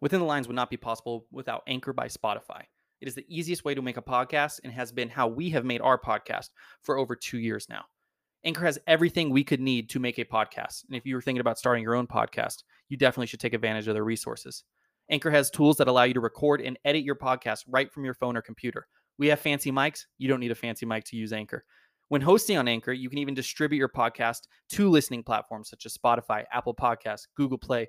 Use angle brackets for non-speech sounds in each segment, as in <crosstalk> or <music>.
Within the Lines would not be possible without Anchor by Spotify. It is the easiest way to make a podcast and has been how we have made our podcast for over two years now. Anchor has everything we could need to make a podcast. And if you were thinking about starting your own podcast, you definitely should take advantage of their resources. Anchor has tools that allow you to record and edit your podcast right from your phone or computer. We have fancy mics. You don't need a fancy mic to use Anchor. When hosting on Anchor, you can even distribute your podcast to listening platforms such as Spotify, Apple Podcasts, Google Play,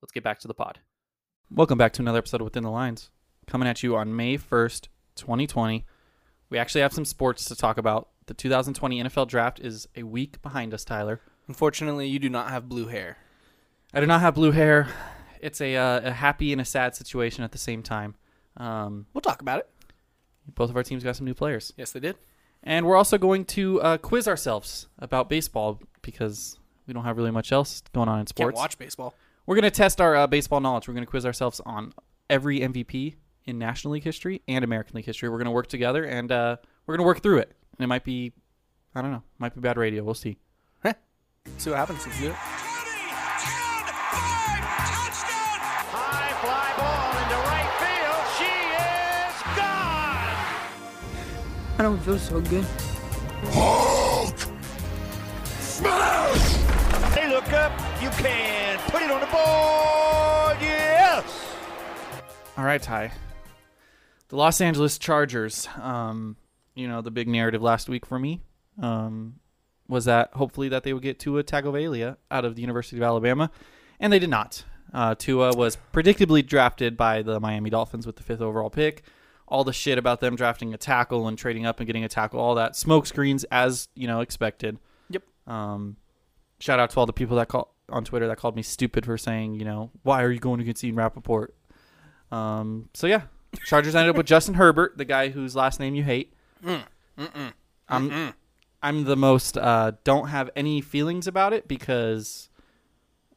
Let's get back to the pod. Welcome back to another episode of Within the Lines. Coming at you on May 1st, 2020. We actually have some sports to talk about. The 2020 NFL draft is a week behind us, Tyler. Unfortunately, you do not have blue hair. I do not have blue hair. It's a, uh, a happy and a sad situation at the same time. Um, We'll talk about it. both of our teams got some new players. Yes, they did. And we're also going to uh, quiz ourselves about baseball because we don't have really much else going on in Can't sports. watch baseball. We're going to test our uh, baseball knowledge. We're going to quiz ourselves on every MVP in National League history and American League history. We're going to work together and uh, we're going to work through it. And it might be, I don't know, might be bad radio. We'll see. Heh. See what happens. Let's do it. High fly ball into right field. She is gone. I don't feel so good. They look up. You can put it on the board. Yes. All right, Ty. The Los Angeles Chargers. Um, you know, the big narrative last week for me um, was that hopefully that they would get Tua Tagovailoa out of the University of Alabama, and they did not. Uh, Tua was predictably drafted by the Miami Dolphins with the fifth overall pick. All the shit about them drafting a tackle and trading up and getting a tackle, all that smoke screens as you know expected. Yep. Um, shout out to all the people that call on Twitter that called me stupid for saying, you know, why are you going against Ian Rappaport? Um, so yeah, Chargers ended up with Justin Herbert, the guy whose last name you hate. Mm, I'm I'm the most uh, don't have any feelings about it because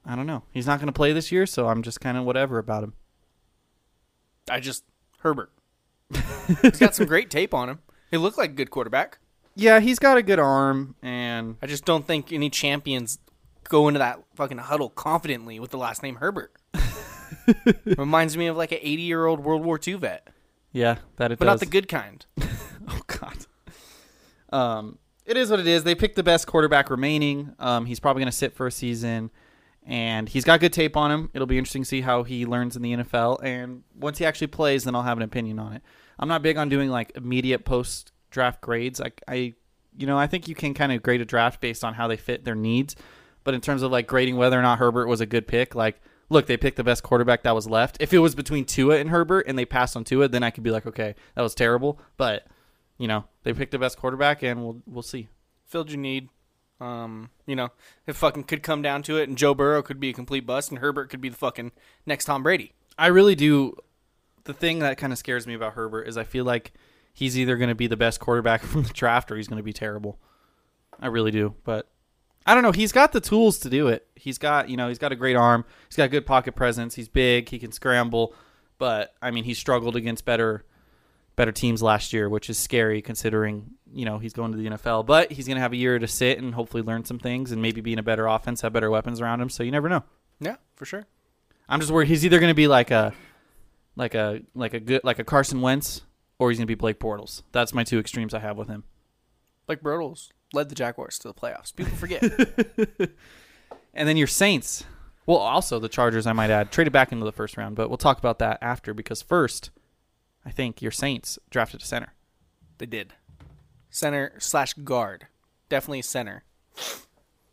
I don't know he's not going to play this year, so I'm just kind of whatever about him. I just <laughs> Herbert. He's got some great tape on him. He looked like a good quarterback. Yeah, he's got a good arm, and I just don't think any champions go into that fucking huddle confidently <laughs> with the last name Herbert. Reminds me of like an 80 year old World War II vet. Yeah, that it but does. not the good kind. Oh <laughs> God. Um, it is what it is. They picked the best quarterback remaining. Um, he's probably going to sit for a season, and he's got good tape on him. It'll be interesting to see how he learns in the NFL. And once he actually plays, then I'll have an opinion on it. I'm not big on doing like immediate post draft grades. I, I, you know, I think you can kind of grade a draft based on how they fit their needs. But in terms of like grading whether or not Herbert was a good pick, like. Look, they picked the best quarterback that was left. If it was between Tua and Herbert and they passed on Tua, then I could be like, okay, that was terrible. But you know, they picked the best quarterback, and we'll we'll see. Filled your need. Um, you know, it fucking could come down to it, and Joe Burrow could be a complete bust, and Herbert could be the fucking next Tom Brady. I really do. The thing that kind of scares me about Herbert is I feel like he's either going to be the best quarterback <laughs> from the draft or he's going to be terrible. I really do, but I don't know. He's got the tools to do it. He's got you know he's got a great arm. He's got good pocket presence. He's big. He can scramble, but I mean he struggled against better better teams last year, which is scary considering you know he's going to the NFL. But he's going to have a year to sit and hopefully learn some things and maybe be in a better offense, have better weapons around him. So you never know. Yeah, for sure. I'm just worried he's either going to be like a like a like a good like a Carson Wentz or he's going to be Blake Bortles. That's my two extremes I have with him. Like Bortles led the Jaguars to the playoffs. People forget. And then your Saints. Well, also the Chargers I might add traded back into the first round, but we'll talk about that after because first I think your Saints drafted a center. they did. Center slash guard, definitely center.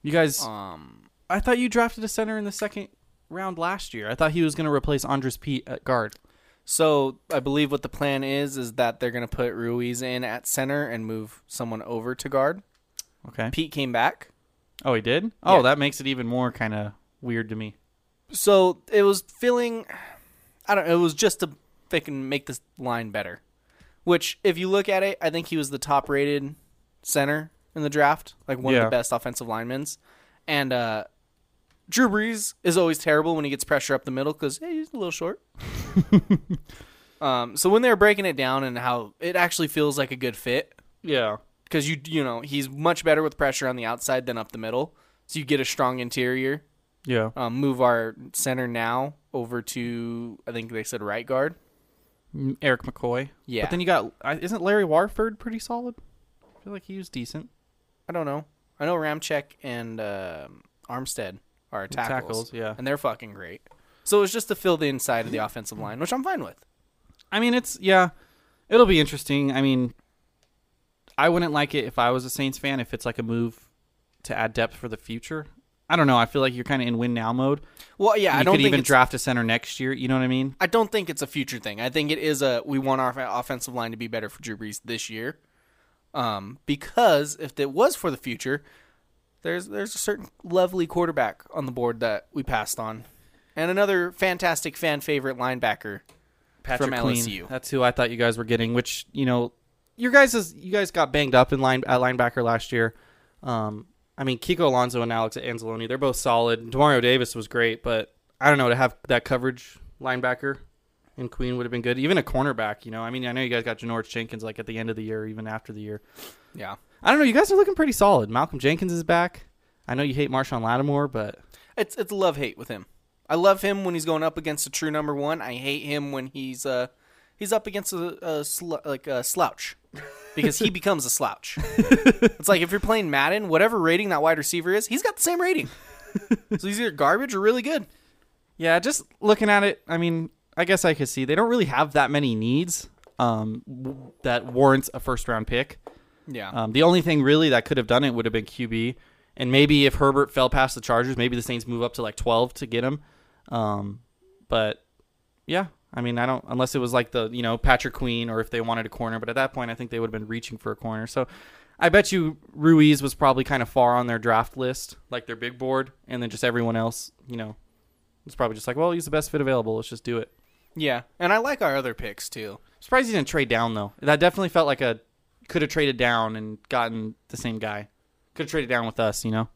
You guys Um, I thought you drafted a center in the second round last year. I thought he was going to replace Andres Pete at guard. so I believe what the plan is is that they're gonna put Ruiz in at center and move someone over to guard. Okay. Pete came back. Oh, he did? Oh, Yeah. that makes it even more kind of weird to me. so it was feeling i don't it was just to fucking make this line better which if you look at it i think he was the top rated center in the draft like one of Yeah. the best offensive linemen's and uh drew brees is always terrible when he gets pressure up the middle because he's a little short um so when they were breaking it down and how it actually feels like a good fit Yeah. because you you know he's much better with pressure on the outside than up the middle so you get a strong interior Yeah. um, move our center now over to I think they said right guard. Eric McCoy. Yeah. But then you got I- isn't Larry Warford pretty solid? I feel like he was decent. I don't know. I know Ramchek and um Armstead are tackles, tackles, yeah. and they're fucking great. So it's just to fill the inside of the offensive line, which I'm fine with. I mean, it's yeah, it'll be interesting. I mean, I wouldn't like it if I was a Saints fan if it's like a move to add depth for the future. I don't know. I feel like you're kind of in win now mode. Well, yeah, You I don't could think even it's- draft a center next year. You know what I mean? I don't think it's a future thing. I think it is a we want our offensive line to be better for Drew Brees this year. Um, because if it was for the future, there's there's a certain lovely quarterback on the board that we passed on, and another fantastic fan favorite linebacker Patrick from Queen. LSU. That's who I thought you guys were getting. Which you know, your guys is you guys got banged up in line at linebacker last year. Um, I mean, Kiko Alonso and Alex Anzalone, they're both solid. Demario Davis was great, but I don't know to have that coverage linebacker and Queen would have been good. Even a cornerback, you know. I mean, I know you guys got Janoris Jenkins like at the end of the year, even after the year. Yeah, I don't know. You guys are looking pretty solid. Malcolm Jenkins is back. I know you hate Marshawn Lattimore, but it's it's love hate with him. I love him when he's going up against a true number one. I hate him when he's uh he's up against a, a sl- like a slouch because he becomes a slouch. it's like if you're playing Madden, whatever rating that wide receiver is, he's got the same rating. so he's either garbage or really good. Yeah, just looking at it, I mean, I guess I could see they don't really have that many needs um, w- that warrants a first round pick. Yeah. Um, the only thing really that could have done it would have been QB, and maybe if Herbert fell past the Chargers, maybe the Saints move up to like twelve to get him. Um, but yeah, I mean, I don't unless it was like the you know Patrick Queen or if they wanted a corner, but at that point, I think they would have been reaching for a corner. So. I bet you Ruiz was probably kind of far on their draft list, like their big board, and then just everyone else, you know, it's probably just like, well, he's the best fit available. Let's just do it. yeah. And I like our other picks too. Surprised he didn't trade down though. That definitely felt like a could have traded down and gotten the same guy. Could have traded down with us, you know?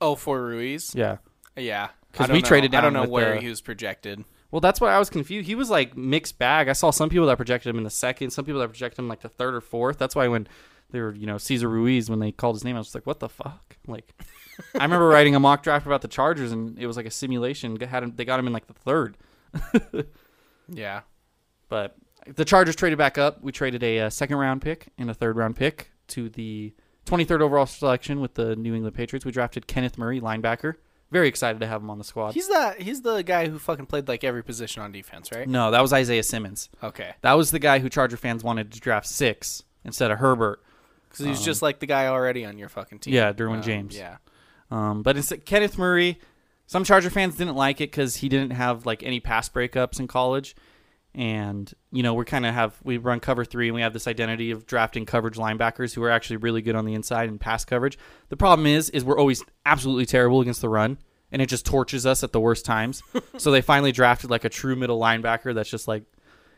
Oh, for Ruiz. Yeah. Yeah. 'Cause I don't we know. traded I don't down with know uh, where the- he was projected. Well, that's why I was confused. He was like mixed bag. I saw some people that projected him in the second, some people that projected him like the third or fourth. That's why when they were, you know, Caesar Ruiz when they called his name, I was just like, what the fuck? Like, I remember writing a mock draft about the Chargers, and it was like a simulation. Had him, they got him in like the third. Yeah. But The Chargers traded back up. We traded a, uh second round pick and a third round pick to the 23rd overall selection with the New England Patriots. We drafted Kenneth Murray, linebacker. Very excited to have him on the squad. He's the he's the guy who fucking played like every position on defense, right? no, that was Isaiah Simmons. Okay, That was the guy who Charger fans wanted to draft six instead of Herbert. because he's just like the guy already on your fucking team. Um, Yeah, Derwin James. Yeah, Um, but it's Kenneth Murray. Some Charger fans didn't like it because he didn't have like any pass breakups in college, and you know we're kind of have we run cover three and we have this identity of drafting coverage linebackers who are actually really good on the inside and pass coverage. The problem is, is we're always absolutely terrible against the run, and it just torches us at the worst times. so they finally drafted like a true middle linebacker that's just like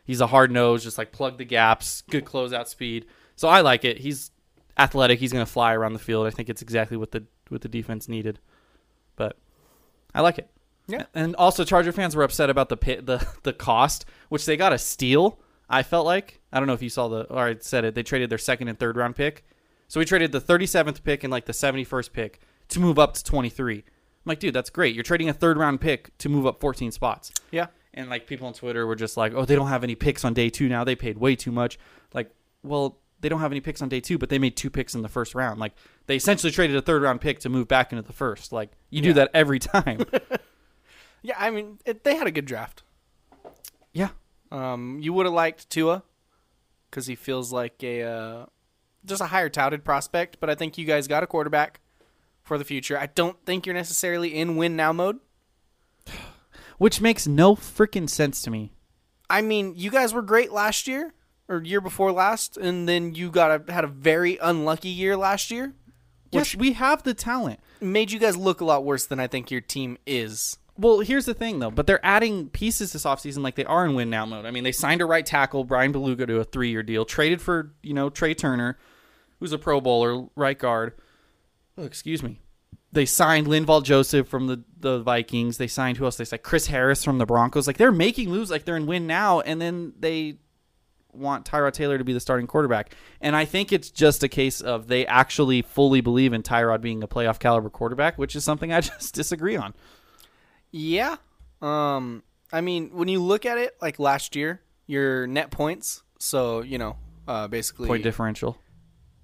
He's a hard nose, just like plug the gaps, good closeout speed. So I like it. He's athletic. He's going to fly around the field. I think it's exactly what the what the defense needed. But I like it. Yeah. And also, Charger fans were upset about the pit, the the cost, which they got a steal. I felt like I don't know if you saw the or I said it. They traded their second and third round pick. So we traded the 37th pick and like the 71st pick to move up to 23. I'm like, dude, that's great. You're trading a third round pick to move up 14 spots yeah. and like people on Twitter were just like, "Oh, they don't have any picks on day two now. They paid way too much." Like, well, they don't have any picks on day two, but they made two picks in the first round. Like, they essentially traded a third round pick to move back into the first. Like, you do that every time. Yeah, I mean, it, they had a good draft. yeah, Um, you would have liked Tua because he feels like a uh, just a higher touted prospect, but I think you guys got a quarterback for the future. I don't think you're necessarily in win now mode. which makes no freaking sense to me. I mean, you guys were great last year or year before last, and then you got a, had a very unlucky year last year, Yes, we have the talent. made you guys look a lot worse than I think your team is. Well, here's the thing though, but they're adding pieces this offseason like they are in win now mode. I mean, they signed a right tackle, Brian Beluga, to a three year deal, traded for, you know, Trey Turner, who's a pro bowler, right guard. Oh, excuse me. They signed Linval Joseph from the, the Vikings. They signed who else? They signed Chris Harris from the Broncos. Like they're making moves like they're in win now, and then they want Tyrod Taylor to be the starting quarterback. And I think it's just a case of they actually fully believe in Tyrod being a playoff caliber quarterback, which is something I <laughs> just disagree on. Yeah. Um I mean, when you look at it like last year, your net points, so, you know, uh basically Point differential.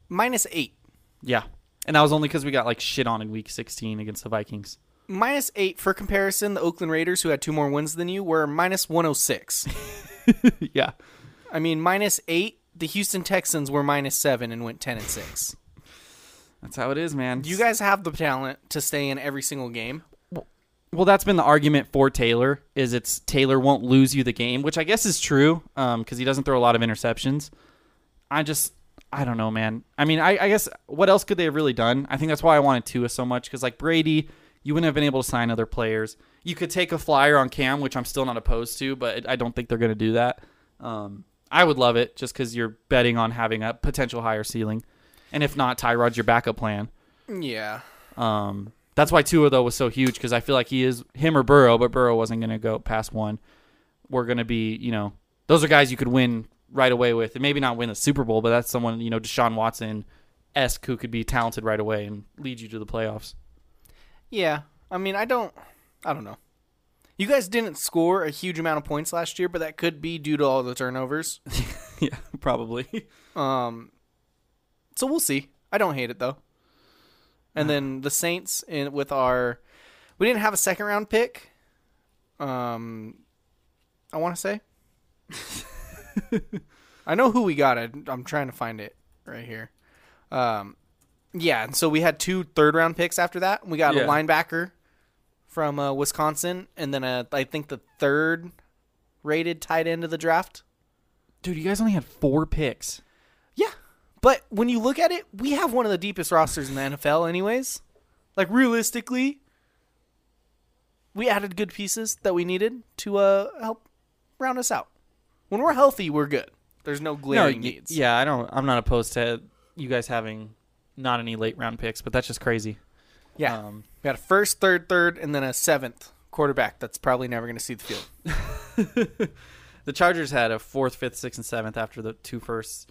minus 8. Yeah. And that was only because we got like shit on in week 16 against the Vikings. Minus 8 for comparison, the Oakland Raiders who had two more wins than you were minus 106. <laughs> yeah. I mean, minus 8, the Houston Texans were minus 7 and went 10 and 6. That's how it is, man. You guys have the talent to stay in every single game. well, that's been the argument for Taylor is it's Taylor won't lose you the game, which I guess is true because he doesn't throw a lot of interceptions. I just, I don't know, man. I mean, I, I guess what else could they have really done? I think that's why I wanted Tua so much because like Brady, you wouldn't have been able to sign other players. You could take a flyer on Cam, which I'm still not opposed to, but I don't think they're going to do that. Um, I would love it just because you're betting on having a potential higher ceiling, and if not, Tyrod's your backup plan. Yeah. Um, that's why Tua though was so huge because I feel like he is him or Burrow, but Burrow wasn't going to go past one. We're going to be, you know, those are guys you could win right away with, and maybe not win the Super Bowl, but that's someone you know Deshaun Watson esque who could be talented right away and lead you to the playoffs. Yeah. I mean, I don't I don't know. You guys didn't score a huge amount of points last year, but that could be due to all the turnovers. <laughs> yeah, probably. Um, so we'll see. I don't hate it though. And then the Saints in with our, we didn't have a second round pick. Um, I want to say. I know who we got. I, I'm trying to find it right here. Um, yeah, and so we had two third round picks after that. We got Yeah. a linebacker from uh, Wisconsin, and then a, I think the third rated tight end of the draft. <laughs> Dude, you guys only had four picks. Yeah. But when you look at it, we have one of the deepest rosters in the NFL, anyways. Like, realistically, we added good pieces that we needed to uh, help round us out. When we're healthy, we're good. There's no glaring y- needs. yeah, I don't. I'm not opposed to you guys having not any late round picks, but that's just crazy. Yeah. Um, we got a first, third, third, and then a seventh quarterback that's probably never going to see the field. the Chargers had a fourth, fifth, sixth, and seventh after the two firsts.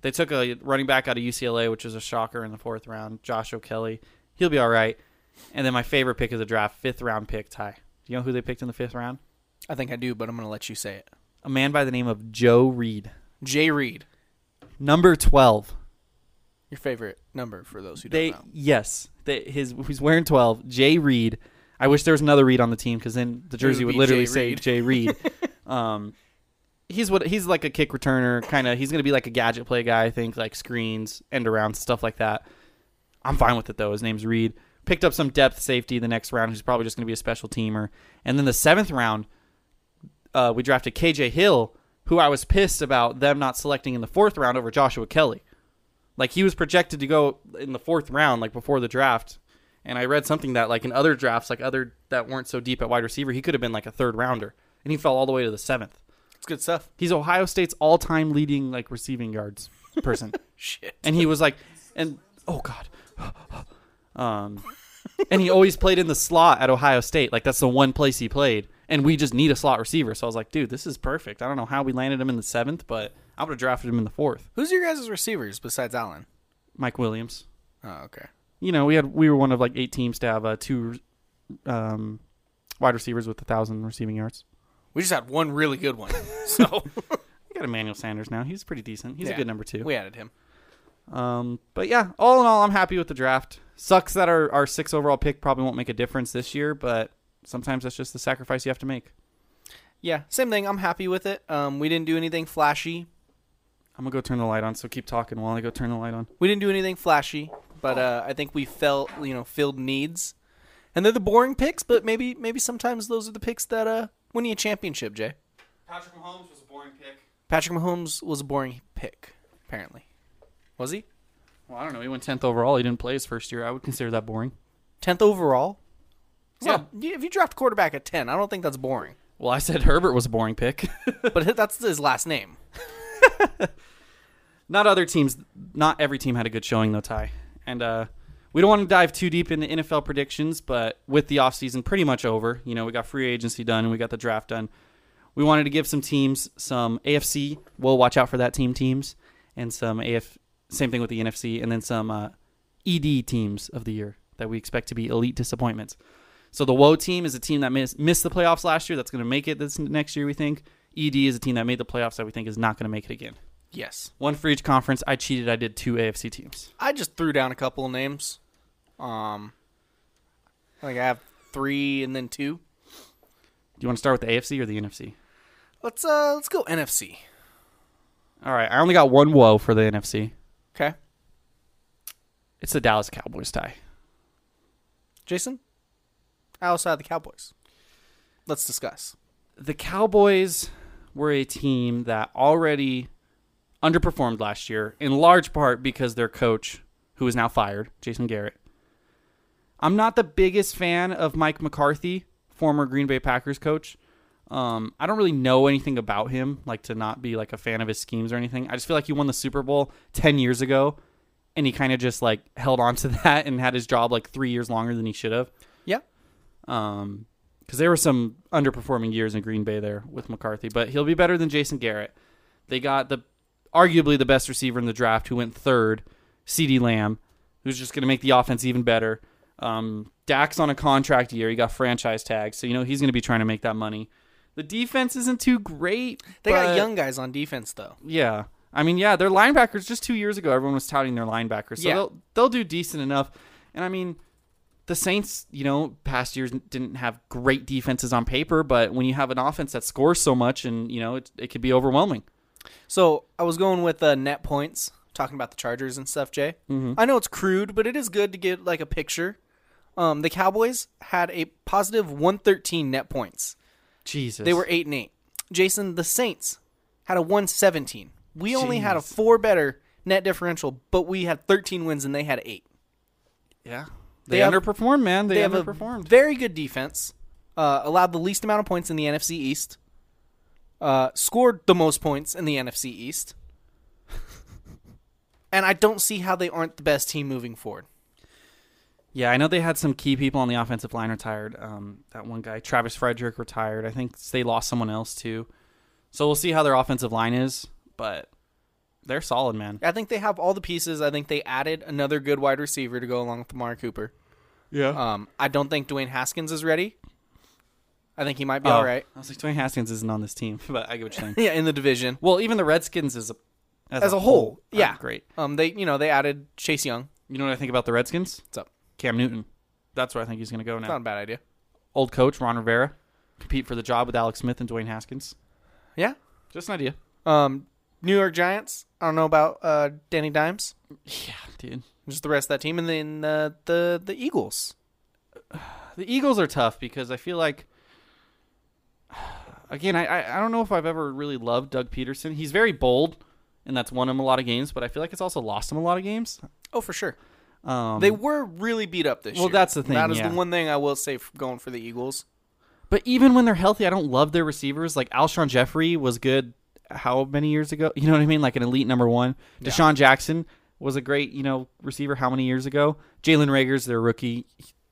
They took a running back out of UCLA, which was a shocker in the fourth round. Josh O'Kelly, he'll be all right. And then my favorite pick of the draft, fifth round pick, Ty. Do you know who they picked in the fifth round? I think I do, but I'm going to let you say it. a man by the name of Joe Reed. Jay Reed, Number 12. your favorite number for those who don't They know. yes, they, his he's wearing 12. Jay Reed. I wish there was another Reed on the team because then the jersey would would, be literally Jay say Reed. Jay <laughs> Reed. um, he's what he's like a kick returner kind of. He's gonna be like a gadget play guy. I think like screens, end arounds, stuff like that. I'm fine with it though. His name's Reed. Picked up some depth safety the next round. He's probably just gonna be a special teamer. And then the seventh round, uh, we drafted KJ Hill, who I was pissed about them not selecting in the fourth round over Joshua Kelly. Like he was projected to go in the fourth round, like before the draft. And I read something that like in other drafts, like other that weren't so deep at wide receiver, he could have been like a third rounder, and he fell all the way to the seventh. It's good stuff. He's Ohio State's all-time leading like receiving yards person. Shit. and he was like, and oh god, <gasps> um, and he always played in the slot at Ohio State. Like that's the one place he played, and we just need a slot receiver. So I was like, dude, this is perfect. I don't know how we landed him in the seventh, but I would have drafted him in the fourth. Who's your guys' receivers besides Allen? Mike Williams. Oh, okay. you know, we had we were one of like eight teams to have uh, two um, wide receivers with a thousand receiving yards. We just had one really good one. <laughs> So We got Emmanuel Sanders now. He's pretty decent. He's Yeah. a good number two. we added him. Um, but yeah, all in all, I'm happy with the draft. Sucks that our our six overall pick probably won't make a difference this year, but sometimes that's just the sacrifice you have to make. Yeah, same thing. I'm happy with it. Um, we didn't do anything flashy. I'm gonna go turn the light on. So keep talking while I go turn the light on. We didn't do anything flashy, but uh, I think we felt you know filled needs, and they're the boring picks. But maybe maybe sometimes those are the picks that uh, win you a championship. Jay Patrick Mahomes was a boring pick. Patrick Mahomes was a boring pick. Apparently, was he Well, I don't know. He went tenth overall. He didn't play his first year. I would consider that boring. tenth overall? Yeah. Yeah. If you draft quarterback at ten, I don't think that's boring. Well, I said Herbert was a boring pick. <laughs> But <laughs> that's his last name. not other teams not every team had a good showing though ty and uh we don't want to dive too deep into nfl predictions but with the offseason pretty much over you know we got free agency done and we got the draft done we wanted to give some teams some afc we'll watch out for that team teams and some af same thing with the nfc and then some uh, ed teams of the year that we expect to be elite disappointments so the woe team is a team that missed, missed the playoffs last year that's going to make it this next year we think ed is a team that made the playoffs that we think is not going to make it again Yes. one for each conference. I cheated. I did two AFC teams. I just threw down a couple of names. Um, like I have three and then two. Do you want to start with the AFC or the NFC? Let's uh let's go NFC. All right. I only got one woe for the NFC. Okay, It's the Dallas Cowboys tie. Jason. I also have the Cowboys. Let's discuss. The Cowboys were a team that already underperformed last year, in large part because their coach, who is now fired, Jason Garrett. I'm not the biggest fan of Mike McCarthy, former Green Bay Packers coach. Um, I don't really know anything about him, like to not be like a fan of his schemes or anything. I just feel like he won the Super Bowl ten years ago, and he kind of just like held on to <laughs> that and had his job like three years longer than he should have. Yeah. Um, because there were some underperforming years in Green Bay there with McCarthy, but he'll be better than Jason Garrett. They got the arguably the best receiver in the draft, who went third, C.D. Lamb, who's just going to make the offense even better. Um, Dak's on a contract year; he got franchise tag, so you know he's going to be trying to make that money. The defense isn't too great. They but- got young guys on defense though. yeah. I mean, yeah, their linebackers just two years ago, everyone was touting their linebackers. So Yeah. they'll they'll do decent enough. And I mean, the Saints, you know, past years didn't have great defenses on paper, but when you have an offense that scores so much, and you know, it it could be overwhelming. So I was going with uh, net points, talking about the Chargers and stuff, Jay. I know it's crude, but it is good to get like a picture. Um, the Cowboys had a positive 113 net points. Jesus, They were eight and eight. Jason, the Saints had a one seventeen. We only had a four better net differential, but we had thirteen wins and they had eight. yeah, they, they have- underperformed, man. They, They have a underperformed. very good defense. Uh, allowed the least amount of points in the NFC East. Uh, scored the most points in the NFC East. <laughs> and I don't see how they aren't the best team moving forward. yeah, I know they had some key people on the offensive line retired. Um, that one guy, Travis Frederick, retired. I think they lost someone else too. So we'll see how their offensive line is, but they're solid, man. I think they have all the pieces. I think they added another good wide receiver to go along with Amari Cooper. Yeah. Um, I don't think Dwayne Haskins is ready. I I think he might Oh. be all right. Uh, <laughs> I was like, Dwayne Haskins isn't on this team, <laughs> but I get what you're saying. Yeah, in the division well, even the Redskins is a as, as a whole. aren't Yeah, great. Um, they you know they added Chase Young. You know what I think about the Redskins? What's up? Cam Newton. That's where I think he's going to go now. Not a bad idea. Old coach Ron Rivera compete for the job with Alex Smith and Dwayne Haskins. Yeah. Just an idea. Um, New York Giants. I don't know about uh Danny Dimes. Yeah, dude. Just the rest of that team, and then uh, the the Eagles. The Eagles are tough because I feel like, <sighs> again, I- I, I don't know if I've ever really loved Doug Peterson. He's very bold, and that's won him a lot of games, but I feel like it's also lost him a lot of games. Oh, for sure. Um, They were really beat up this Well, year. that's the thing, That is yeah. the one thing I will say f going for the Eagles. But even when they're healthy, I don't love their receivers. Like Alshon Jeffrey was good how many years ago? <laughs> You know what I mean? Like an elite number one. Deshaun Jackson was a great, you know, receiver how many years ago? Jalen Rager's their rookie.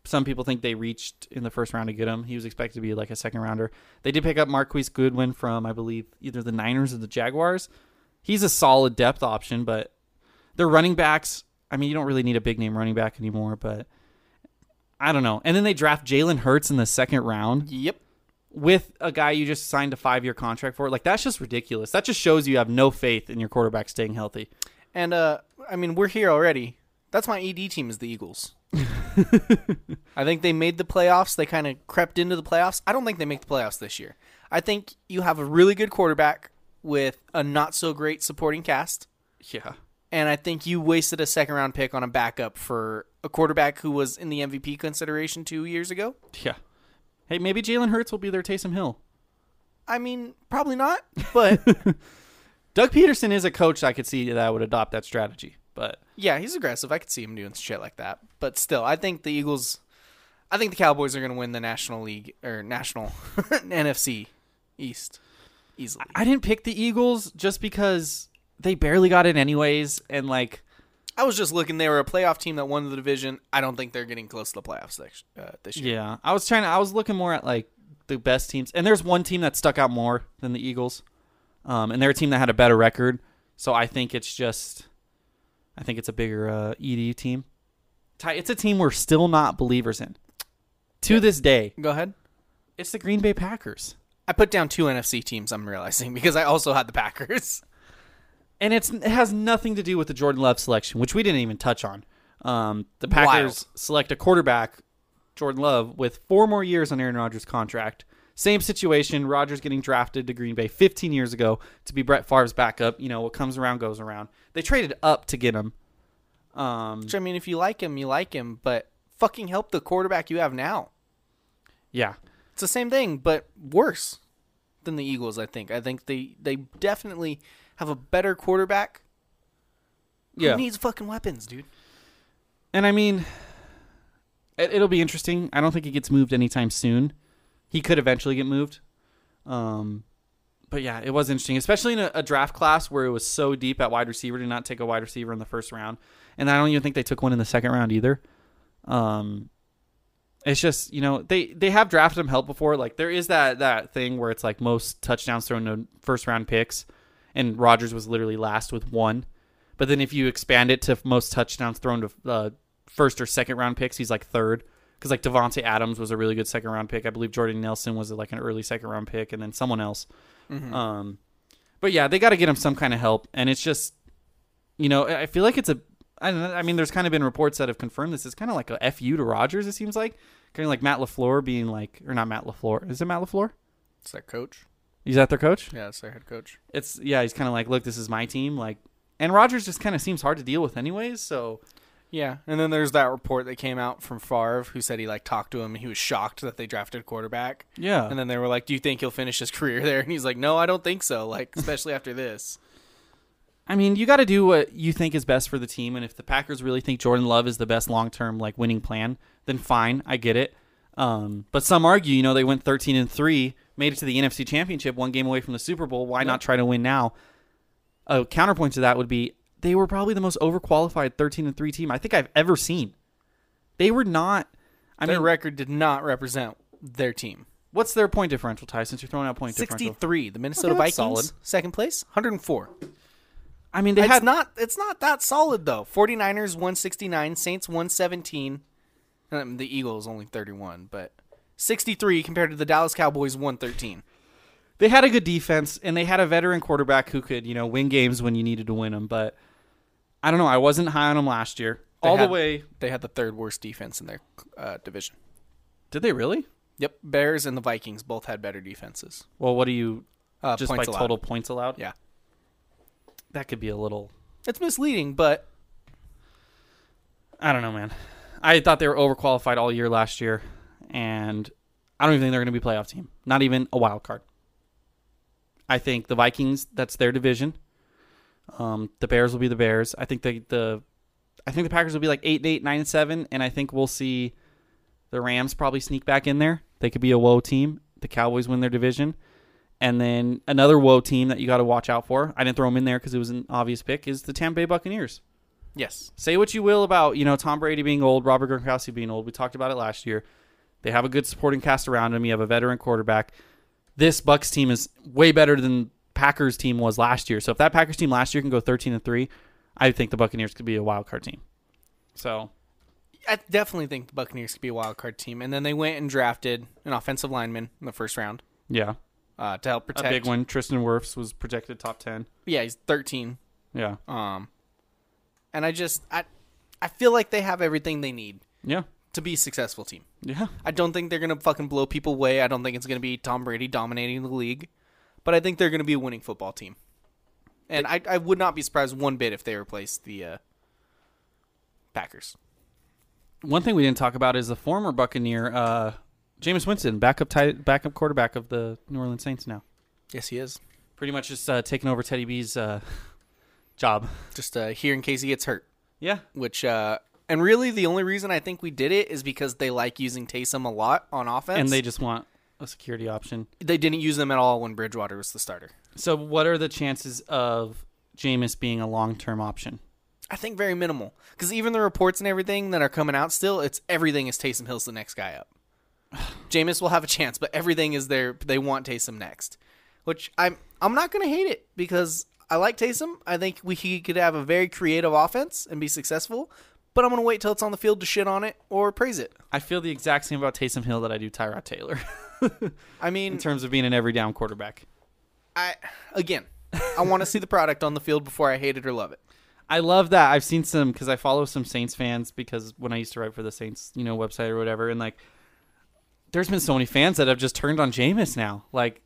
Some people think they reached in the first round to get him. He was expected to be like a second rounder. They did pick up Marquise Goodwin from, I believe, either the Niners or the Jaguars. He's a solid depth option, but their running backs, I mean, you don't really need a big name running back anymore, but I don't know. And then they draft Jalen Hurts in the second round Yep. with a guy you just signed a five year contract for. Like that's just ridiculous. That just shows you have no faith in your quarterback staying healthy. And uh, I mean, we're here already. That's my ED team is the Eagles. I think they made the playoffs. They kind of crept into the playoffs. I don't think they make the playoffs this year. I think you have a really good quarterback with a not so great supporting cast, Yeah. and I think you wasted a second round pick on a backup for a quarterback who was in the MVP consideration two years ago. Yeah. Hey, maybe Jalen Hurts will be their Taysom Hill. I mean, probably not, <laughs> but Doug Peterson is a coach I could see that would adopt that strategy. But Yeah, he's aggressive. I could see him doing shit like that. But still, I think the Eagles, I think the Cowboys are going to win the National League or National <laughs> NFC East easily. I didn't pick the Eagles just because they barely got in anyways and like I was just looking; they were a playoff team that won the division. I don't think they're getting close to the playoffs next, uh, this year. Yeah. I was trying to I was looking more at like the best teams and there's one team that stuck out more than the Eagles. Um and they're a team that had a better record. So I think it's just I think it's a bigger uh, ED team. Ty, It's a team we're still not believers in. To this day, Go ahead. it's the Green Bay Packers. I put down two NFC teams. I'm realizing <laughs> because I also had the Packers. and it's it has nothing to do with the Jordan Love selection, which we didn't even touch on. Um, the Packers select a quarterback, Jordan Love, with four more years on Aaron Rodgers' contract. Same situation. Rodgers getting drafted to Green Bay 15 years ago to be Brett Favre's backup. You know what comes around goes around. They traded up to get him. Um, Which I mean, if you like him, you like him, but fucking help the quarterback you have now. yeah, It's the same thing, but worse than the Eagles. I think. I think they they definitely have a better quarterback. yeah. Who needs fucking weapons, dude? And I mean, it, it'll be interesting. I don't think he gets moved anytime soon. He could eventually get moved. Um, but yeah, it was interesting, especially in a, a draft class where it was so deep at wide receiver to not take a wide receiver in the first round. And I don't even think they took one in the second round either. Um, it's just you know they they have drafted him help before. Like there is that that thing where it's like most touchdowns thrown to first round picks, and Rodgers was literally last with one. But then if you expand it to most touchdowns thrown to uh, first or second round picks, he's like third. Because like Devonte Adams was a really good second round pick. I believe Jordan Nelson was like an early second round pick, and then someone else. Um, but yeah, they got to get him some kind of help, and it's just, you know, I I feel like it's a. I, don't know, I mean, there's kind of been reports that have confirmed this. It's kind of like a fu to Rogers. It seems like kind of like Matt Lafleur being like, or not Matt Lafleur. Is it Matt Lafleur? It's their coach. Is that their coach? Yeah, it's their head coach. It's yeah. He's kind of like, look, this is my team. Like, and Rogers just kind of seems hard to deal with, anyways. So Yeah, and then there's that report that came out from Favre who said he like talked to him and he was shocked that they drafted a quarterback. Yeah. and then they were like, "Do you think he'll finish his <laughs> career there?" And he's like, "No, I don't think so. Like, especially after this." I mean, you got to do what you think is best for the team, and if the Packers really think Jordan Love is the best long term like winning plan, then fine, I get it. Um, but some argue, you know, they went thirteen and three, made it to the NFC Championship, one game away from the Super Bowl. Why not try to win now? A counterpoint to that would be they were probably the most overqualified thirteen and three team I think I've ever seen. They were not. <laughs> I Their mean, record did not represent their team. what's their point differential, Ty? Since you're throwing out point differential, Sixty-three. The Minnesota Okay, Vikings, that's solid. second place, hundred and four. I mean, they it's had not it's not that solid though. Uh, 49ers 169, Saints 117. Um, the Eagles only 31, but 63 compared to the Dallas Cowboys 113. They had a good defense and they had a veteran quarterback who could, you know, win games when you needed to win them. But I don't know. I wasn't high on them last year. They All had- the way. They had the third worst defense in their uh, division. Did they really? Yep, Bears and the Vikings both had better defenses. Well, what do you Uh, just points like allowed. total points allowed? Yeah, that could be a little. it's misleading, but I don't know, man. I thought they were overqualified all year last year, and I don't even think they're going to be a playoff team. Not even a wild card. I think the Vikings. That's their division. Um, the Bears will be the Bears. I think the the I think the Packers will be like eight and eight, nine and seven, and I think we'll see the Rams probably sneak back in there. They could be a woe team. The Cowboys win their division, and then another woe team that you got to watch out for. I didn't throw them in there because it was an obvious pick. Is the Tampa Bay Buccaneers yes, say what you will about you know Tom Brady being old, Robert Gronkowski being old. We talked about it last year. They have a good supporting cast around him. You have a veteran quarterback. This Bucks team is way better than Packers team was last year. So if that Packers team last year can go thirteen and three, I think the Buccaneers could be a wild card team. So I definitely think the Buccaneers could be a wild card team. And then they went and drafted an offensive lineman in the first round yeah, uh, to help a protect. big one. Tristan Wirfs was projected top ten. Yeah, he's 13. Yeah, Um, and I just I I feel like they have everything they need yeah, to be a successful team. yeah. I don't think they're gonna fucking blow people away. I don't think it's gonna be Tom Brady dominating the league, but I think they're gonna be a winning football team. And I, I would not be surprised one bit if they replace the uh, Packers. One thing we didn't talk about is the former Buccaneer, uh, Jameis Winston, backup tight, backup quarterback of the New Orleans Saints now. Yes, he is. pretty much just uh, taking over Teddy B's uh, <laughs> job. Just uh, here in case he gets hurt. Yeah, Which uh, and really the only reason I think we did it is because they like using Taysom a lot on offense, and they just want a security option. they didn't use them at all when Bridgewater was the starter. So, what are the chances of Jameis being a long-term option? I think very minimal because even the reports and everything that are coming out still, it's everything is Taysom Hill's the next guy up. <sighs> Jameis will have a chance, but everything is there. They want Taysom next, which I'm I'm not gonna hate it because I like Taysom. I think we he could have a very creative offense and be successful, but I'm gonna wait till it's on the field to shit on it or praise it. I feel the exact same about Taysom Hill that I do Tyrod Taylor <laughs> I in mean, terms of being an every down quarterback. I again, I want to see the product on the field before I hate it or love it. I love that. I've seen some because I follow some Saints fans because when I used to write for the Saints, you know, website or whatever, and like, there's been so many fans that have just turned on Jameis now. Like,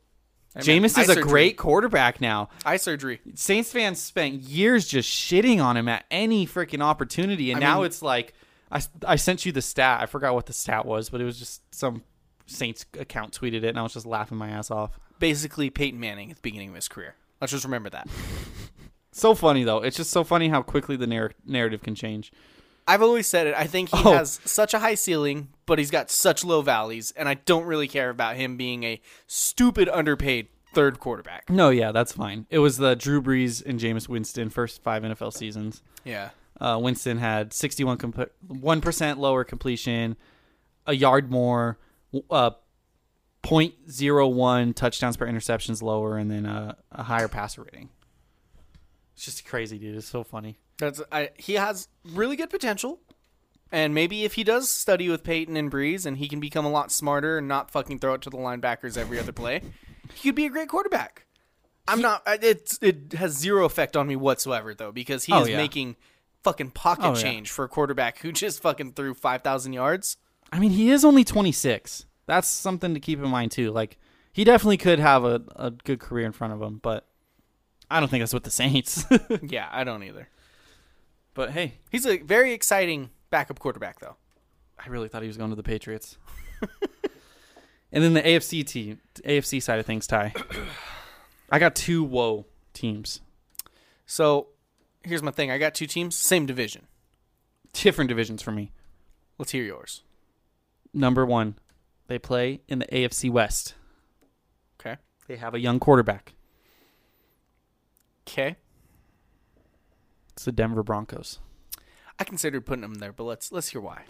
Jameis eye is a surgery. great quarterback now. Eye surgery. Saints fans spent years just shitting on him at any freaking opportunity, and I now mean- it's like I, I sent you the stat. I forgot what the stat was, but it was just some Saints account tweeted it, and I was just laughing my ass off. Basically, Peyton Manning at the beginning of his career. Let's just remember that. So funny though. It's just so funny how quickly the narr- narrative can change. I've always said it. I think he Oh. has such a high ceiling, but he's got such low valleys, and I don't really care about him being a stupid underpaid third quarterback. No, yeah, that's fine. It was the Drew Brees and Jameis Winston first five NFL seasons. Yeah. Uh, Winston had 61 comp- 1% lower completion, a yard more, w- uh, 0.01 touchdowns per interceptions lower, and then uh, a higher passer rating. It's just crazy, dude. It's so funny. That's I, he has really good potential. And maybe if he does study with Peyton and Breeze and he can become a lot smarter and not fucking throw it to the linebackers every other play, he could be a great quarterback. I'm not I- it's it has zero effect on me whatsoever though because he Oh, is yeah. making fucking pocket Oh, yeah. change for a quarterback who just fucking threw 5000 yards. I mean, he is only 26. That's something to keep in mind, too. Like, he definitely could have a, a good career in front of him, but I don't think that's what the Saints. <laughs> Yeah, I don't either. but hey, He's a very exciting backup quarterback, though. I really thought he was going to the Patriots. <laughs> and then the AFC team, AFC side of things, Ty. I got two whoa teams, So here's my thing I got two teams, same division. different divisions for me. Let's hear yours. Number one, they play in the AFC West. Okay. They have a young quarterback. Okay. It's the Denver Broncos. I considered putting him there, but let's let's hear why.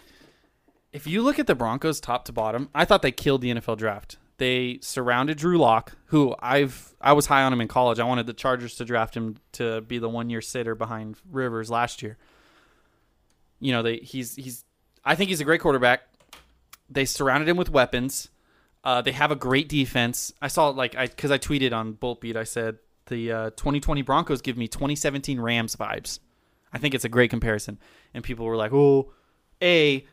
If you look at the Broncos top to bottom, I thought they killed the NFL draft. They surrounded Drew Lock, who I've I was high on him in college. I wanted the Chargers to draft him to be the one year sitter behind Rivers last year. You know, they he's he's I think he's a great quarterback. They surrounded him with weapons. Uh, they have a great defense. I saw like I because I tweeted on Bolt Beat. I said the uh, 2020 Broncos give me 2017 Rams vibes. I think it's a great comparison. And people were like, "Oh, a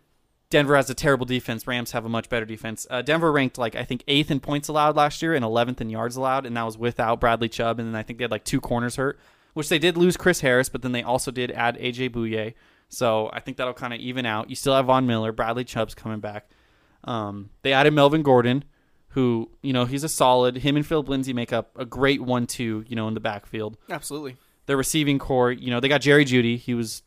Denver has a terrible defense. Rams have a much better defense. Uh, Denver ranked like I think eighth in points allowed last year and 11th in yards allowed, and that was without Bradley Chubb. And then I think they had like two corners hurt, which they did lose Chris Harris, but then they also did add AJ Bouye. So I think that'll kind of even out. You still have Von Miller, Bradley Chubb's coming back. Um, they added Melvin Gordon, who you know he's a solid. Him and Phil Lindsay make up a great one-two, you know, in the backfield Absolutely. their receiving core, you know, they got Jerry Judy. He was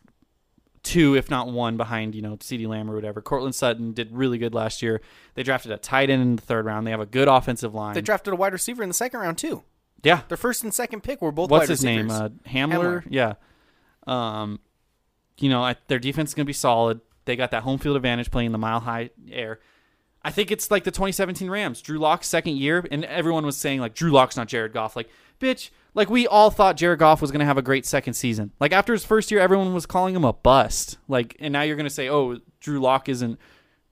two, if not one, behind, you know, CeeDee Lamb or whatever. Cortland Sutton did really good last year. They drafted a tight end in the third round. They have a good offensive line. They drafted a wide receiver in the second round too. yeah. Their first and second pick were both. What's wide his name? Uh, receivers. Hamler? Hamler. Yeah. Um, you know, I, their defense is going to be solid. They got that home field advantage playing the mile high air. I think it's like the 2017 Rams, Drew Locke's second year, and everyone was saying like Drew Locke's not Jared Goff. Like, bitch, like we all thought Jared Goff was gonna have a great second season. Like after his first year, everyone was calling him a bust. Like, and now you're gonna say, oh, Drew Locke isn't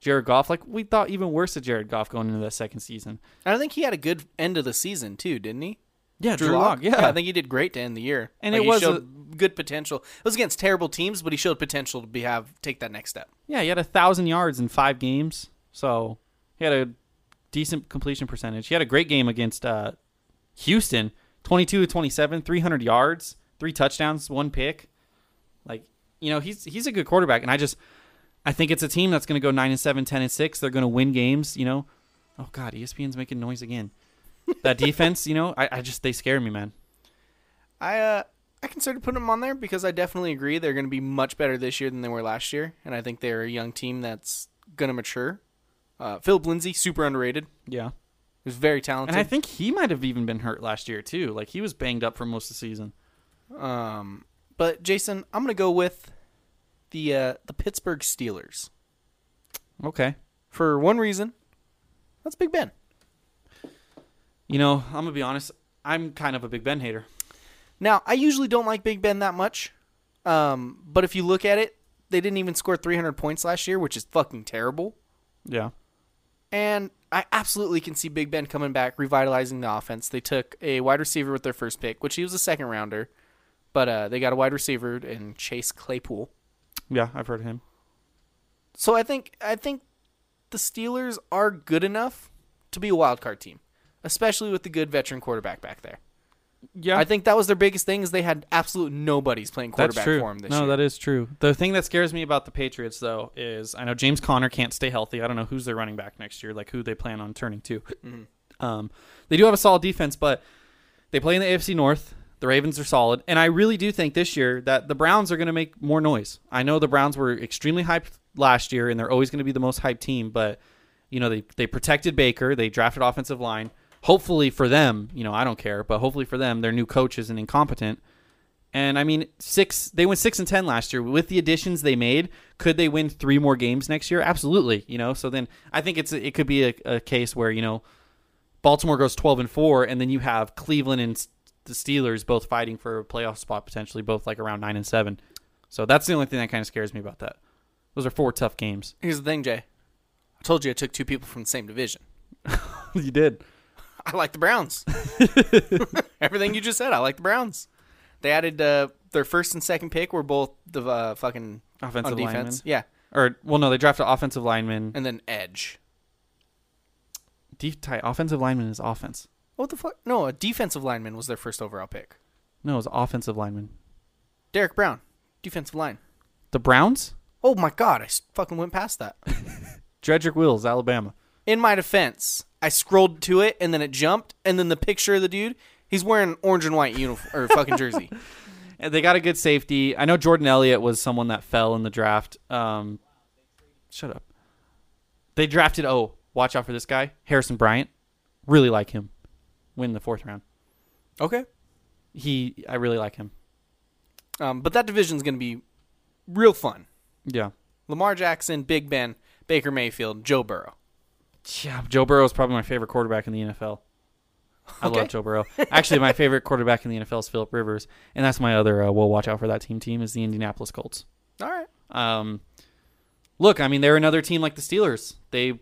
Jared Goff. Like we thought even worse of Jared Goff going into that second season. And I think he had a good end of the season too, didn't he? Yeah, Drew Lock. Yeah, I think he did great to end the year, And Like, it was he showed good potential. It was against terrible teams, but he showed potential to be have take that next step. Yeah, he had a thousand yards in five games, so he had a decent completion percentage. He had a great game against uh, Houston, twenty-two to twenty-seven, three hundred yards, three touchdowns, one pick. Like you know, he's he's a good quarterback, and I just I think it's a team that's going to go nine and seven, 10 and six. They're going to win games. You know, oh god, ESPN's making noise again. <laughs> That defense, you know, I, I just they scare me, man. I uh, I considered putting them on there because I definitely agree they're going to be much better this year than they were last year, and I think they're a young team that's going to mature. Uh, Philip Lindsay, super underrated. Yeah, He's very talented. and I think he might have even been hurt last year too. Like he was banged up for most of the season. Um, but Jason, I'm going to go with the uh, the Pittsburgh Steelers Okay. for one reason. That's Big Ben. You know, I'm gonna be honest. I'm kind of a Big Ben hater. Now, I usually don't like Big Ben that much, um, but if you look at it, they didn't even score 300 points last year, which is fucking terrible. Yeah. And I absolutely can see Big Ben coming back, revitalizing the offense. They took a wide receiver with their first pick, which he was a second rounder, but uh, they got a wide receiver in Chase Claypool. Yeah, I've heard of him. So I think I think the Steelers are good enough to be a wild card team, especially with the good veteran quarterback back there. Yeah, I think that was their biggest thing is they had absolute nobody's playing quarterback that's true. for them this no, year. that is true. The thing that scares me about the Patriots though is I know James Conner can't stay healthy. I don't know who's their running back next year, like who they plan on turning to. Mm-hmm. Um, they do have a solid defense, but they play in the AFC North. The Ravens are solid, and I really do think this year that the Browns are going to make more noise. I know the Browns were extremely hyped last year, and they're always going to be the most hyped team. But you know, they they protected Baker, they drafted offensive line. Hopefully for them, you know, I don't care, but hopefully for them, their new coach isn't incompetent. And I mean, six they went six and ten last year with the additions they made. Could they win three more games next year? Absolutely, you know. So then I think it's it could be a, a case where you know Baltimore goes 12 and 4 and then you have Cleveland and S- the Steelers both fighting for a playoff spot potentially both like around 9 and 7. So that's the only thing that kind of scares me about that. Those are four tough games. Here's the thing, Jay. I told you I took two people from the same division. <laughs> you did. I like <laughs> the Browns. Everything you just said, I like the Browns. They added uh, their first and second pick were both the uh, fucking Offensive on defense. linemen. Yeah, Or well no, they drafted offensive lineman. and then edge. Deep tight offensive lineman is offense. What the fuck? No, a defensive lineman was their first overall pick. No, it's offensive lineman. Derek Brown, defensive line. The Browns? Oh my god, I s- fucking went <laughs> past that. Dredrick Wills, Alabama. In my defense, I scrolled to it and then it jumped, and then the picture of the dude, he's wearing an orange and white uniform or <laughs> fucking jersey. And they got a good safety. I know Jordan Elliott was someone that fell in the draft. Um, shut up. They drafted. Oh, watch out for this guy, Harrison Bryant. Really like him. Win the fourth round. okay. He, I really like him. Um, but that division's gonna be real fun. Yeah. Lamar Jackson, Big Ben, Baker Mayfield, Joe Burrow. Yeah. Joe Burrow is probably my favorite quarterback in the NFL. I Okay. love Joe Burrow. Actually, my favorite quarterback in the NFL is Philip Rivers, and that's my other. Uh, we'll watch out for that team. Team is the Indianapolis Colts. All right. Um, look, I mean, they're another team like the Steelers. They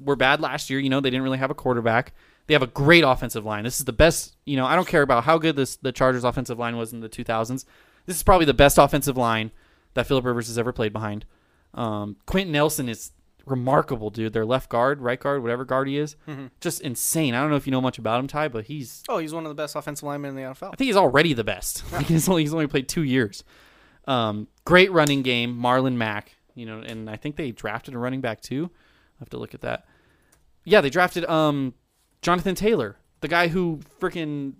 were bad last year. You know, they didn't really have a quarterback. They have a great offensive line. This is the best. You know, I don't care about how good this the Chargers' offensive line was in the 2000s. This is probably the best offensive line that Philip Rivers has ever played behind. Um, Quentin Nelson is remarkable, dude. Their left guard, right guard, whatever guard he is, just insane. I don't know if you know much about him, Ty, but he's Oh, he's one of the best offensive linemen in the NFL. I think he's already the best. Like <laughs> he's only he's only played two years. Um, great running game, Marlon Mack. You know, and I think they drafted a running back too. I have to look at that. Yeah, they drafted um, Jonathan Taylor, the guy who freaking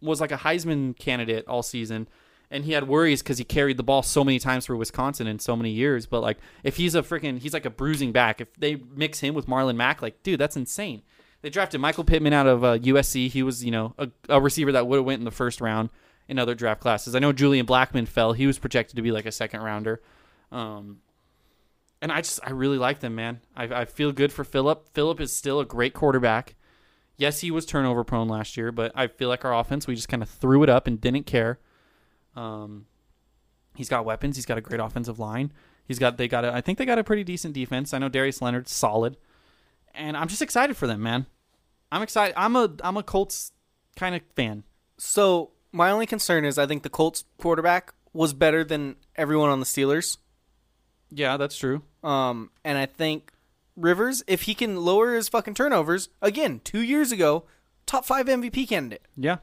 was like a Heisman candidate all season, and he had worries because he carried the ball so many times for Wisconsin in so many years. But like, if he's a freaking, he's like a bruising back. If they mix him with Marlon Mack, like, dude, that's insane. They drafted Michael Pittman out of uh, USC. He was, you know, a, a receiver that would have went in the first round in other draft classes. I know Julian Blackman fell. He was projected to be like a second rounder. Um, and I just I really like them, man. I, I feel good for Philip. Philip is still a great quarterback. Yes, he was turnover prone last year, but I feel like our offense we just kind of threw it up and didn't care. Um, he's got weapons. He's got a great offensive line. He's got they got a, I think they got a pretty decent defense. I know Darius Leonard's solid, and I'm just excited for them, man. I'm excited. I'm a I'm a Colts kind of fan. So my only concern is I think the Colts quarterback was better than everyone on the Steelers. Yeah, that's true. Um, and I think Rivers, if he can lower his fucking turnovers, again, two years ago, top five MVP candidate, Yeah,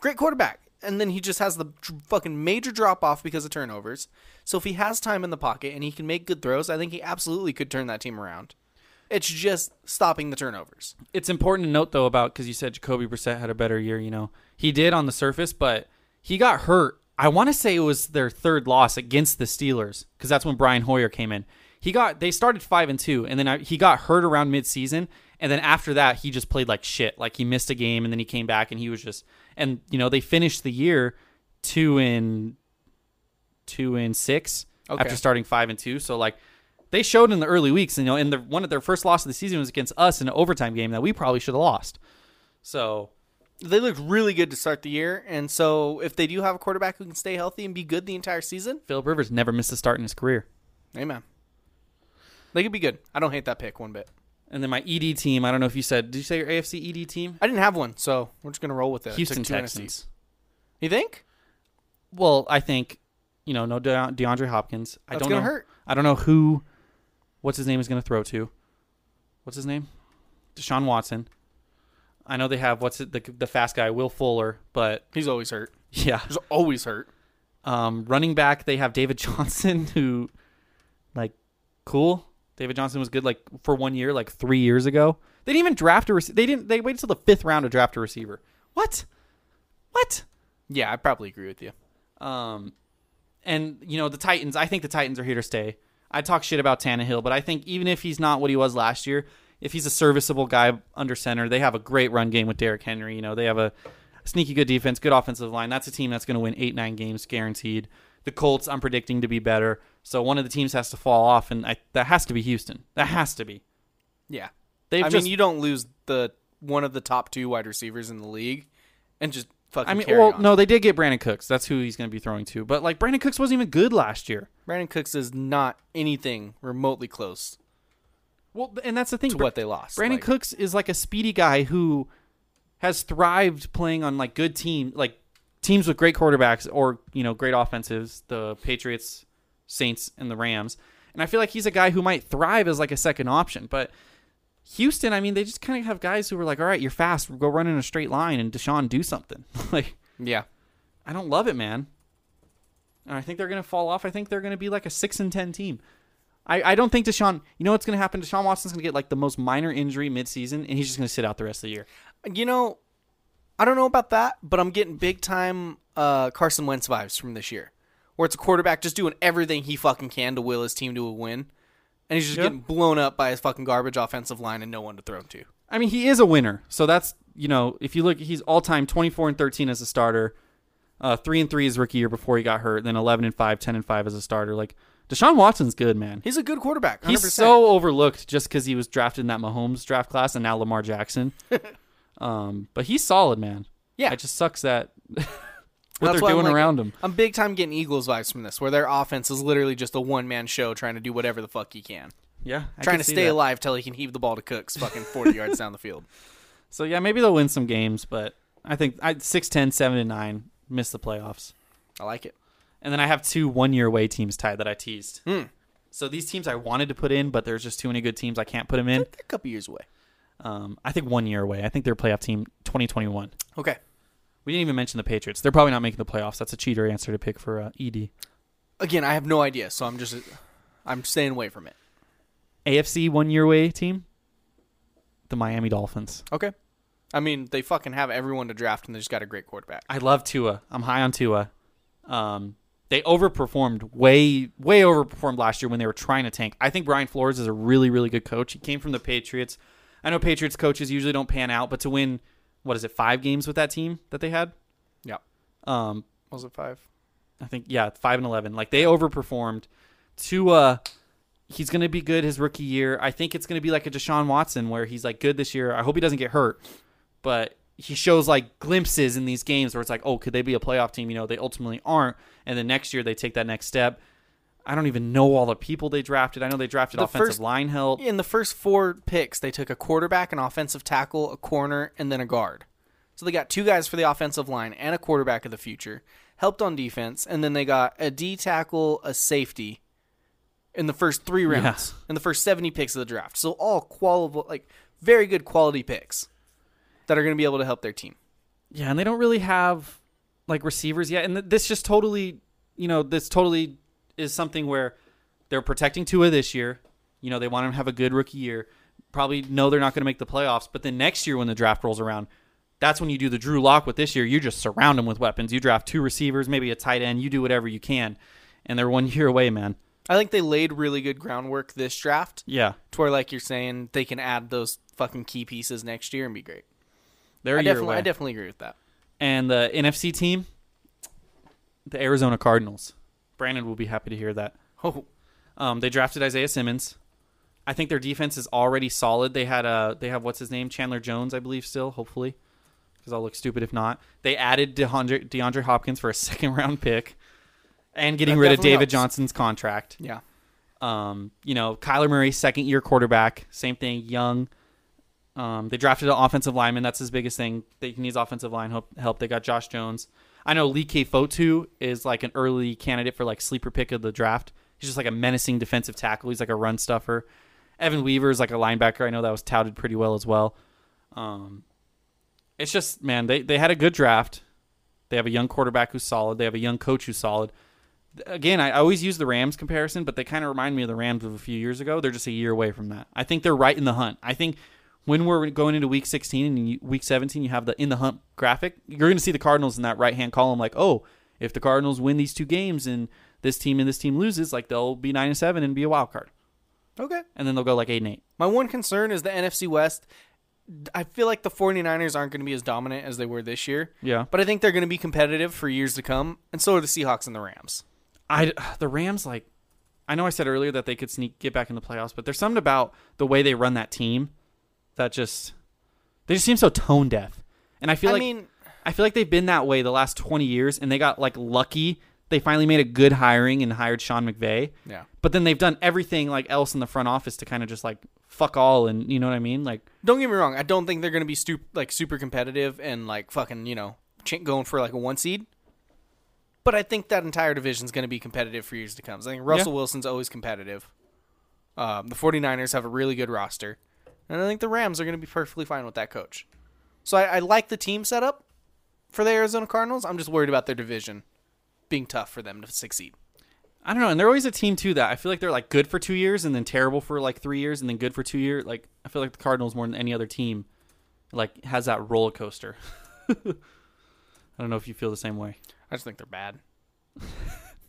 great quarterback, and then he just has the tr- fucking major drop off because of turnovers. So if he has time in the pocket and he can make good throws, I think he absolutely could turn that team around. It's just stopping the turnovers. it's important to note though about because you said Jacoby Brissett had a better year. You know, he did on the surface, but he got hurt. I want to say it was their third loss against the Steelers because that's when Brian Hoyer came in. He got they started five and two, and then I, he got hurt around midseason, and then after that he just played like shit. Like he missed a game, and then he came back, and he was just and you know they finished the year two and two and six Okay. after starting five and two. So like they showed in the early weeks, you know, in the one of their first loss of the season was against us in an overtime game that we probably should have lost. So They looked really good to start the year, and so if they do have a quarterback who can stay healthy and be good the entire season, Philip Rivers never missed a start in his career. amen. They could be good. I don't hate that pick one bit. And then my ED team, I don't know if you said, did you say your AFC ED E team? I didn't have one, so we're just gonna roll with it. I took Houston two Texans. NFCs. You think? Well, I think you know, no De- DeAndre Hopkins. I That's don't gonna know. hurt. I don't know who. What's his name is going to throw to? What's his name? Deshaun Watson. I know they have what's it the the fast guy Will Fuller, but <laughs> He's always hurt. yeah, He's always hurt. Um, running back, they have David <laughs> Johnson, who, like, cool. David Johnson was good, like, for one year, like three years ago. They didn't even draft a receiver. They didn't. They waited till the fifth round to draft a receiver. What? What? Yeah, I probably agree with you. Um, and you know the Titans. I think the Titans are here to stay. I talk shit about Tannehill, but I think even if he's not what he was last year, if he's a serviceable guy under center, they have a great run game with Derrick Henry. You know they have a sneaky good defense, good offensive line. That's a team that's going to win eight nine games guaranteed. The Colts, I'm predicting to be better. So one of the teams has to fall off, and I, that has to be Houston. That has to be. Yeah. They've I just- mean, you don't lose the one of the top two wide receivers in the league and just fucking. I mean, carry well, on. no, they did get Brandon Cooks. That's who he's going to be throwing to. But like Brandon Cooks wasn't even good last year. Brandon Cooks is not anything remotely close Well, and that's the thing. to Bra- what they lost. Brandon Like, Cooks is like a speedy guy who has thrived playing on like good team, like teams with great quarterbacks or you know great offensives, the Patriots, Saints, and the Rams. And I feel like he's a guy who might thrive as like a second option. But Houston, I mean, they just kind of have guys who are like, all right, you're fast, go run in a straight line, and Deshaun do something. <laughs> like Yeah. I don't love it, man. And I think they're gonna fall off. I think they're gonna be like a six and ten team. I, I don't think Deshaun. You know what's gonna happen? Deshaun Watson's gonna get like the most minor injury midseason, and he's just gonna sit out the rest of the year. You know, I don't know about that, but I'm getting big time uh, Carson Wentz vibes from this year, where it's a quarterback just doing everything he fucking can to will his team to a win, and he's just Yeah. getting blown up by his fucking garbage offensive line and no one to throw him to. I mean, he is a winner. So that's you know, if you look, he's all time twenty four and thirteen as a starter, uh, three and three his rookie year before he got hurt, then eleven and 5, 10 and five as a starter. Like Deshaun Watson's good, man. He's a good quarterback. 100%. He's so overlooked just because he was drafted in that Mahomes draft class and now Lamar <laughs> Jackson. um, but he's solid, man. Yeah. it just sucks that <laughs> what That's they're why I'm doing like- around him. I'm big time getting Eagles vibes from this, where their offense is literally just a one man show trying to do whatever the fuck he can. Yeah, I trying could to see stay that. alive till he can heave the ball to Cooks <laughs> fucking 40 yards down the field. So yeah, maybe they'll win some games, but I think I 6 10, 7 and 9 miss the playoffs. I like it. And then I have two one year away teams tied that I teased. Hmm. So these teams I wanted to put in, but there's just too many good teams I can't put them <laughs> in. They're a couple years away. Um, I think one year away. I think their playoff team 2021. Okay. We didn't even mention the Patriots. They're probably not making the playoffs. That's a cheater answer to pick for uh, ED. Again, I have no idea, so I'm just I'm staying away from it. AFC one year away team, the Miami Dolphins. Okay. I mean, they fucking have everyone to draft, and they just got a great quarterback. I love Tua. I'm high on Tua. Um, they overperformed way, way overperformed last year when they were trying to tank. I think Brian Flores is a really, really good coach. He came from the Patriots. I know Patriots coaches usually don't pan out, but to win, what is it, five games with that team that they had? Yeah. Um, Was it five? I think yeah, five and eleven. Like they overperformed. Tua, he's gonna be good his rookie year. I think it's gonna be like a Deshaun Watson where he's like good this year. I hope he doesn't get hurt, but he shows like glimpses in these games where it's like, oh, could they be a playoff team? You know, they ultimately aren't, and then next year they take that next step. I don't even know all the people they drafted. I know they drafted The offensive first- line help. In the first four picks, they took a quarterback, an offensive tackle, a corner, and then a guard. So they got two guys for the offensive line and a quarterback of the future, helped on defense, and then they got a D tackle, a safety in the first three rounds, in the first 70 picks of the draft. So all qualify, like very good quality picks that are going to be able to help their team. Yeah, and they don't really have like receivers yet. And th- this just totally, you know, this totally is something where they're protecting Tua this year. You know, they want him to have a good rookie year. Probably know they're not going to make the playoffs, but then next year when the draft rolls around, that's when you do the Drew Lock with this year. You just surround him with weapons. You draft two receivers, maybe a tight end. You do whatever you can, and they're one <laughs> year away, man. I think they laid really good groundwork this draft Yeah, to where, like you're saying, they can add those fucking key pieces next year and be great. they're a I year definitely, away. I definitely agree with that. and the NFC team, the Arizona Cardinals. Brandon will be happy to hear that. Oh, Um, they drafted Isaiah Simmons. I think their defense is already solid. They had uh they have what's his name Chandler Jones, I believe, still hopefully, because I'll look stupid if not. They added DeAndre, DeAndre Hopkins for a <laughs> second round pick, and getting That rid of definitely David helps. Johnson's contract. yeah. Um, you know Kyler Murray, second year quarterback, same thing, young. Um, they drafted an offensive lineman. That's his biggest thing. They he needs offensive line help. help. They got Josh Jones. I know Lee K. Fotu is like an early candidate for like sleeper pick of the draft. He's just like a menacing defensive tackle. He's like a run stuffer. Evan Weaver is like a linebacker. I know that was touted pretty well as well. Um, it's just man, they they had a good draft. They have a young quarterback who's solid. They have a young coach who's solid. Again, I I always use the Rams comparison, but they kind of remind me of the Rams of a few years ago. They're just a year away from that. I think they're right in the hunt. I think when we're going into week 16 and you- week 17, you have the in the hunt graphic. You're going to see the Cardinals in that right hand column, like, oh, if the Cardinals win these two games and this team and this team loses, like they'll be nine and seven and be a wild card, Okay. and then they'll go like eight and eight. My one concern is the NFC West. I feel like the 49ers aren't going to be as dominant as they were this year. Yeah. But I think they're going to be competitive for years to come, and so are the Seahawks and the Rams. I <sighs> the Rams like I know I said earlier that they could sneak get back in the playoffs, but there's something about the way they run that team that just they just seem so tone deaf. And I feel I like mean- I feel like they've been that way the last 20 years and they got like lucky. They finally made a good hiring and hired Sean McVay. Yeah. But then they've done everything like else in the front office to kind of just like fuck all and you know what I mean? Like Don't get me wrong. I don't think they're going to be stu- like super competitive and like fucking, you know, ch- going for like a one seed. But I think that entire division's going to be competitive for years to come. So I think Russell Yeah. Wilson's always competitive. Um, the 49ers have a really good roster. And I think the Rams are going to be perfectly fine with that coach. So I, I like the team setup for the Arizona Cardinals. I'm just worried about their division being tough for them to succeed. I don't know, and they're always a team too that I feel like they're like good for two years and then terrible for like three years and then good for two years. Like I feel like the Cardinals more than any other team, like has that roller coaster. <laughs> I don't know if you feel the same way. I just think they're bad.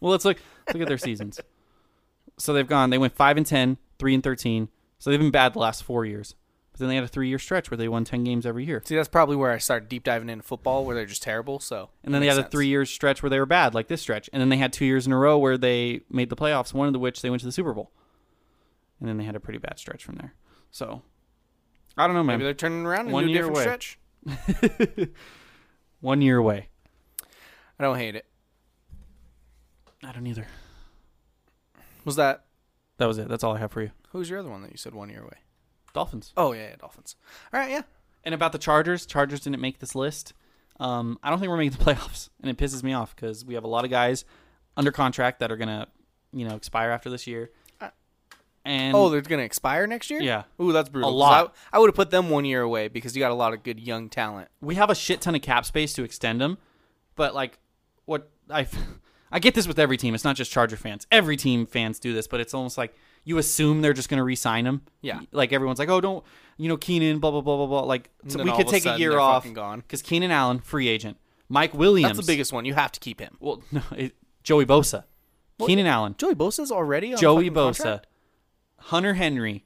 Well, let's look look at their seasons. So they've gone. They went five and 10, 3 and thirteen. So they've been bad the last four years. But then they had a three year stretch where they won ten games every year. See, that's probably where I started deep diving into football, where they're just terrible. So And then they had a three year stretch where they were bad, like this stretch. And then they had two years in a row where they made the playoffs, one of which they went to the Super Bowl. And then they had a pretty bad stretch from there. So I don't know, man. Maybe they're turning around One into a year different away. stretch. one year away. I don't hate it. I don't either. Was that That was it. That's all I have for you. Who's your other one that you said one year away? Dolphins. Oh yeah, yeah Dolphins. All right, yeah. And about the Chargers, Chargers didn't make this list. Um, I don't think we're making the <laughs> playoffs, and it pisses me off because we have a lot of guys under contract that are gonna, you know, expire after this year. And Oh, they're gonna expire next year. Yeah. Ooh, that's brutal. A 'cause lot. I, I would have put them one year away because you got a lot of good young talent. we have a shit ton of cap space to extend them, but like what I <laughs> I get this with every team. It's not just Charger fans. Every team fans do this, but it's almost like you assume they're just going to re-sign him. Yeah. Like everyone's like, "Oh, don't, you know, Keenan, blah blah blah blah blah." Like so then we all could of a take a sudden year they're off fucking gone. cuz Keenan Allen, free agent. Mike Williams. That's the biggest one. You have to keep him. Well, <laughs> no, it, Joey Bosa. Keenan Allen. Joey Bosa's already on Joey fucking Bosa, contract? Hunter Henry,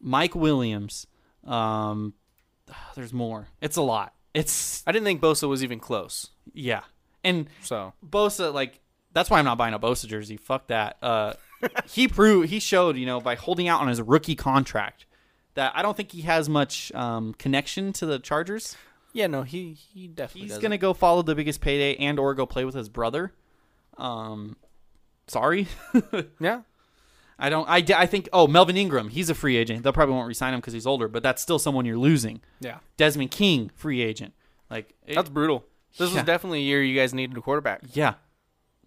Mike Williams. Um, <sighs> there's more. It's a lot. It's I didn't think Bosa was even close. yeah, and So Bosa like that's why I'm not buying a Bosa jersey. Fuck that. <laughs> Uh, he proved he showed you know by holding out on his rookie contract that I don't think he has much um, connection to the Chargers. yeah, no, he he definitely. He's doesn't. gonna go follow the biggest payday and or go play with his brother. Um, sorry. <laughs> yeah. I don't. I, I think. Oh, Melvin Ingram. He's a free agent. They'll probably won't resign him because he's older. But that's still someone you're losing. Yeah. Desmond King, free agent. Like it- That's brutal. This Yeah. was definitely a year you guys needed a quarterback. yeah.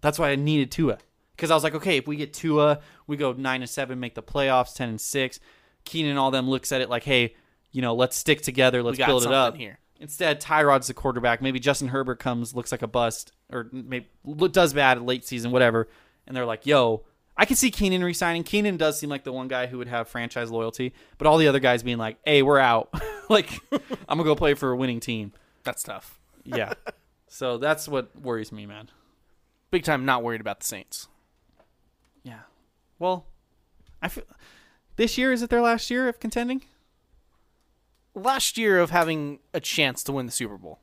That's why I needed Tua because I was like, okay, if we get Tua, we go nine and seven, make the playoffs, ten and six. Keenan and all them looks at it like, hey, you know, let's stick together, let's got build it something up. here. Instead, Tyrod's the quarterback. Maybe Justin Herbert comes, looks like a bust, or maybe lo- does bad late season, whatever. And they're like, "Yo, I can see Keenan resigning. Keenan does seem like the one guy who would have franchise loyalty, but all the other guys being like, "Hey, we're out. <laughs> like, I'm gonna go play for a winning team." That's tough. <laughs> Yeah. so that's what worries me, man. Big time. Not worried about the Saints. Yeah. Well, I feel this year is it their last year of contending? Last year of having a chance to win the Super Bowl.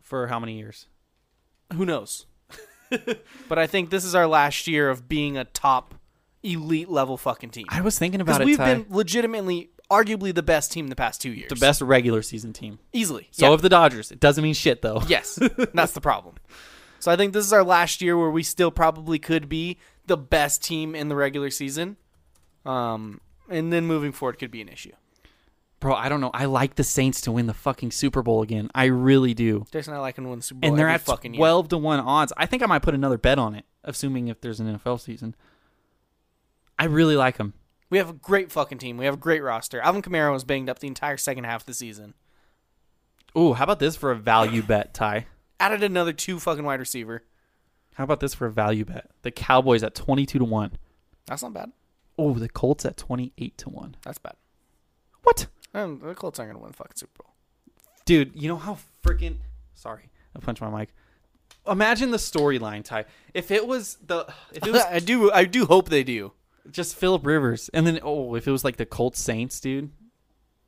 For how many years? Who knows? <laughs> but I think this is our last year of being a top elite level fucking team. I was thinking Because about it. we've Ty. been legitimately, arguably the best team the past two years. the best regular season team. easily. So Yeah. have the Dodgers. It doesn't mean shit though. <laughs> Yes, that's the problem. So I think this is our last year where we still probably could be the best team in the regular season. Um, and then moving forward could be an issue. <laughs> Bro, I don't know. I like the Saints to win the fucking Super Bowl again. I really do. Jason, I like and win the Super Bowl. And they're every at fucking year. twelve to one odds. I think I might put another bet on it, assuming if there's an NFL season. I really like them. We have a great fucking team. We have a great roster. Alvin Kamara was banged up the entire second half of the season. Ooh, how about this for a <laughs> value bet, Ty? Added another two fucking wide receiver. How about this for a value bet? The Cowboys at twenty two to one. That's not bad. Oh, the Colts at 28 to 1. That's bad. What? Um, the Colts aren't gonna win the fucking Super Bowl. Dude, you know how freaking. Sorry, I punched my mic. Imagine the storyline, Ty. If it was the. If it was <laughs> I do. I do hope they do. just Philip Rivers, and then, oh, if it was like the Colts Saints, dude,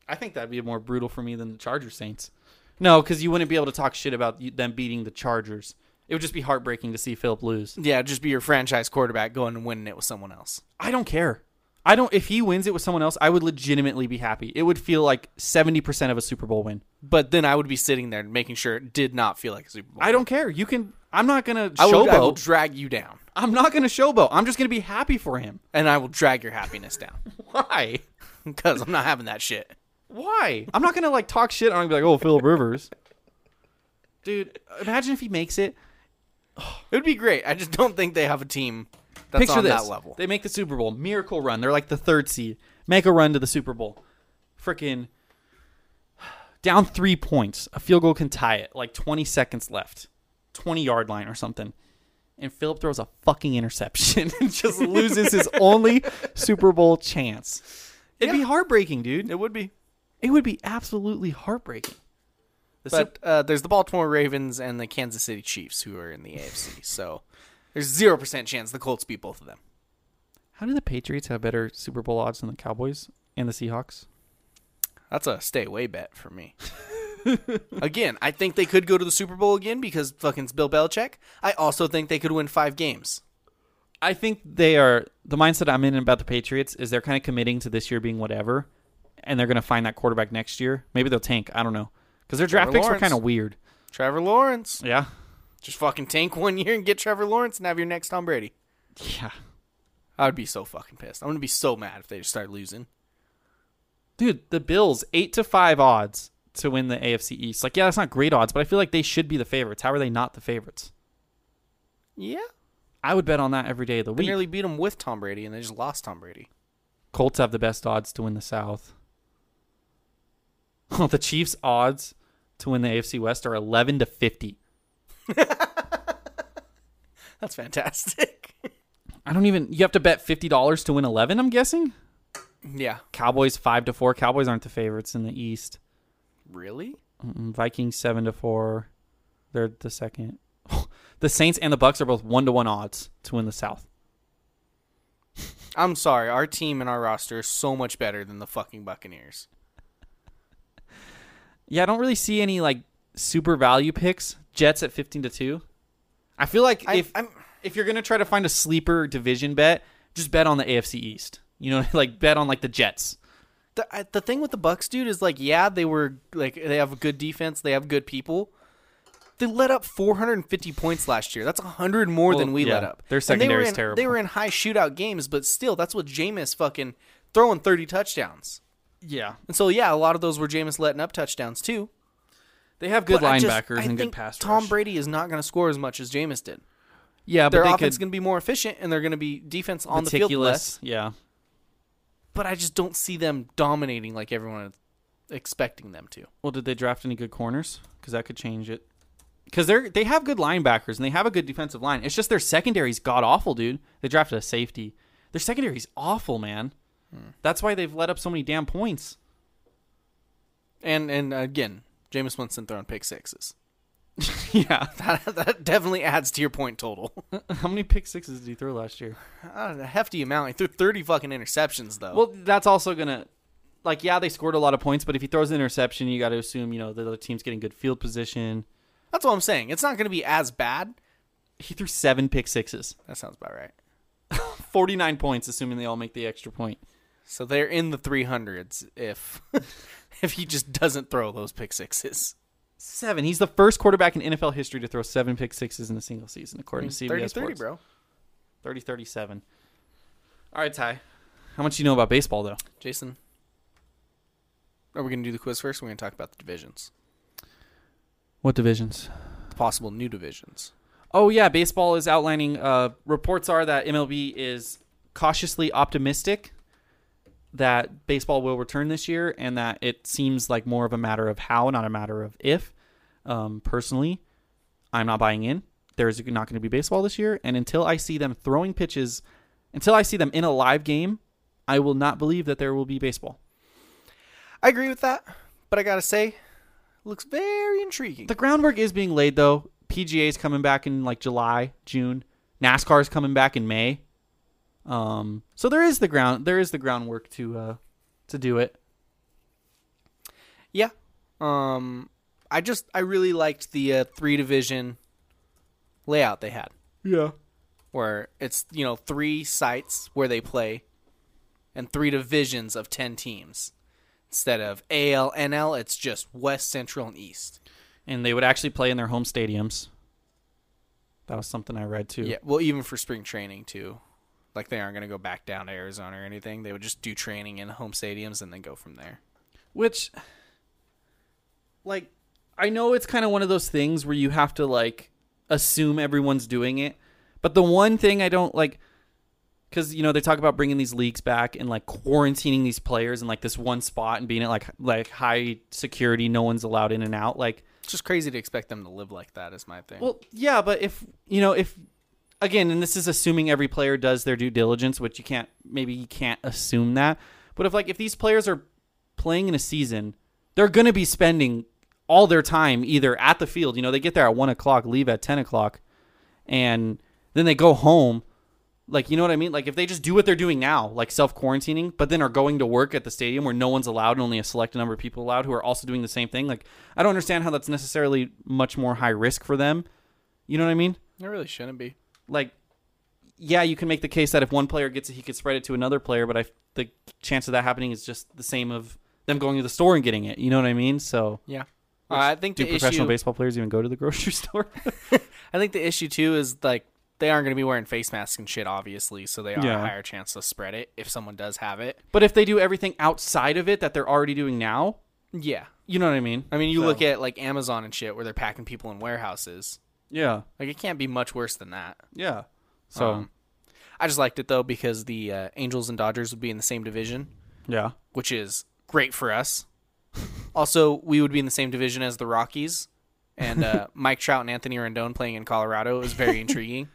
I think that'd be more brutal for me than the Chargers Saints. No, because you wouldn't be able to talk shit about you- them beating the Chargers. It would just be heartbreaking to see Philip lose. Yeah, just be your franchise quarterback going and winning it with someone else. I don't care. I don't. If he wins it with someone else, I would legitimately be happy. It would feel like 70% of a Super Bowl win. But then I would be sitting there making sure it did not feel like a Super Bowl. I don't care. You can. I'm not gonna I will, I will showboat. drag you down, I'm not gonna showboat. I'm just gonna be happy for him. and I will drag your happiness <laughs> down Why? because I'm not having that shit. Why? I'm not gonna like talk shit. I'm gonna be like, oh, Philip Rivers, dude. Imagine if he makes it. It would be great. I just don't think they have a team that's Picture on this. that level. They make the Super Bowl. Miracle run. They're like the third seed. Make a run to the Super Bowl. Freaking down three points. A field goal can tie it. Like 20 seconds left. 20 yard line or something. And Philip throws a fucking interception <laughs> and just loses his only Super Bowl chance. It'd be heartbreaking, dude. it would be. It would be absolutely heartbreaking. The But Sup- uh, there's the Baltimore Ravens and the Kansas City Chiefs who are in the AFC. So there's zero percent chance the Colts beat both of them. how do the Patriots have better Super Bowl odds than the Cowboys and the Seahawks? That's a stay away bet for me. again, I think they could go to the Super Bowl again because fucking it's Bill Belichick. I also think they could win five games. I think they are the mindset I'm in about the Patriots is they're kind of committing to this year being whatever, and they're going to find that quarterback next year. Maybe they'll tank. I don't know because their draft Trevor picks were Lawrence. kind of weird. Trevor Lawrence. Yeah, Just fucking tank one year and get Trevor Lawrence and have your next Tom Brady. yeah. I would be so fucking pissed. I'm gonna be so mad if they just start losing. Dude, the Bills, eight to five odds to win the AFC East. Like, yeah, that's not great odds, but I feel like they should be the favorites. How are they not the favorites? Yeah, I would bet on that every day of the we week. nearly beat them with Tom Brady, and they just lost Tom Brady. Colts have the best odds to win the South. <laughs> the Chiefs' odds to win the AFC West are 11 to 50. That's fantastic. <laughs> I don't even. You have to bet $50 to win 11, I'm guessing? yeah. Cowboys 5 to 4. Cowboys aren't the favorites in the East. Really? Mm, Vikings 7 to 4. They're the second. <laughs> the Saints and the Bucks are both 1 to 1 odds to win the South. I'm sorry. Our team and our roster is so much better than the fucking Buccaneers. Yeah, I don't really see any like super value picks. Jets at 15 to 2. I feel like I, if I'm if you're gonna try to find a sleeper division bet, just bet on the AFC East. You know, <laughs> like bet on like the Jets. the, I- the thing with the Bucks, dude, is like, yeah, they were like they have a good defense, they have good people. They let up 450 points last year. That's 100 more Well, than we yeah, let up. their And they secondary were is in- terrible. They were in high shootout games, but still, that's what Jameis fucking throwing 30 touchdowns. Yeah, And so, yeah, a lot of those were Jameis letting up touchdowns too. they have good But I linebackers just- I and good think pass. Tom rush. Brady is not going to score as much as Jameis did. Yeah, but Their they offense is could going to be more efficient, and they're going to be defense on the field meticulous. less. Yeah, But I just don't see them dominating like everyone is expecting them to. Well, did they draft any good corners? Because that could change it. Because they're they have good linebackers and they have a good defensive line. It's just their secondary's god awful, dude. They drafted a safety. Their secondary's awful, man. Hmm. That's why they've let up so many damn points. <laughs> And and again, Jameis Winston throwing pick <laughs> sixes. yeah. That, that definitely adds to your point total. <laughs> Uh, How many pick sixes did he throw last year? a hefty amount. He threw thirty fucking interceptions though. Well, that's also gonna like yeah, they scored a lot of points, but if he throws an interception, you got to assume you know the other team's getting good field position. that's what I'm saying. It's not going to be as bad. He threw seven pick sixes, That sounds about right. forty nine points, assuming they all make the extra point. So they're in the three hundreds if <laughs> if he just doesn't throw those pick sixes. Seven. He's the first quarterback in NFL history to throw seven pick sixes in a single season, according to CBS Sports. 30, 30, Hmm. bro. 30 37. All right, Ty. How much do you know about baseball, though? Jason, are we going to do the quiz first? We're going to talk about the divisions, What divisions? the possible new divisions. Oh, yeah. Baseball is outlining. Uh, reports are that MLB is cautiously optimistic that baseball will return this year and that it seems like more of a matter of how, not a matter of if. Um, personally, I'm not buying in. There's not going to be baseball this year. And until I see them throwing pitches, until I see them in a live game, I will not believe that there will be baseball. I agree with that, but I got to say, looks very intriguing. The groundwork is being laid though. PGA's coming back in like July, June. NASCAR's coming back in May. Um, so there is the ground there is the groundwork to uh to do it. Yeah. Um I just I really liked the uh, three division layout they had Yeah. where it's you know three sites where they play and three divisions of 10 teams instead of AL NL it's just west central and east. And they would actually play in their home stadiums. That was something I read too. Yeah, well even for spring training too. Like they aren't going to go back down to Arizona or anything. They would just do training in home stadiums and then go from there. Which like I know it's kind of one of those things where you have to like assume everyone's doing it. But the one thing I don't like cuz you know they talk about bringing these leagues back and like quarantining these players in like this one spot and being at like like high security, no one's allowed in and out like It's just crazy to expect them to live like that is my thing. well, yeah, but if you know, if again, and this is assuming every player does their due diligence, which you can't, maybe you can't assume that. But if like if these players are playing in a season, they're gonna be spending all their time either at the field. You know, they get there at one o'clock, leave at ten o'clock, and then they go home. Like you know what I mean? Like if they just do what they're doing now, like self quarantining, but then are going to work at the stadium where no one's allowed and only a select number of people allowed who are also doing the same thing. Like I don't understand how that's necessarily much more high risk for them. You know what I mean? it really shouldn't be. Like yeah, you can make the case that if one player gets it, he could spread it to another player, but I the chance of that happening is just the same of them going to the store and getting it. You know what I mean? So Yeah. Uh, I think do the professional <laughs> issue, baseball players even go to the grocery store? I think the issue too is like they aren't going to be wearing face masks and shit, obviously, so they are Yeah. a higher chance to spread it if someone does have it. But if they do everything outside of it that they're already doing now, Yeah. you know what I mean? I mean, you So- look at like Amazon and shit where they're packing people in warehouses. yeah, Like, it can't be much worse than that. yeah. So Um, I just liked it though because the uh, Angels and Dodgers would be in the same division, yeah, which is great <laughs> for us. also, we would be in the same division as the Rockies, <laughs> and uh, Mike Trout and Anthony Rendon playing in Colorado is very intriguing.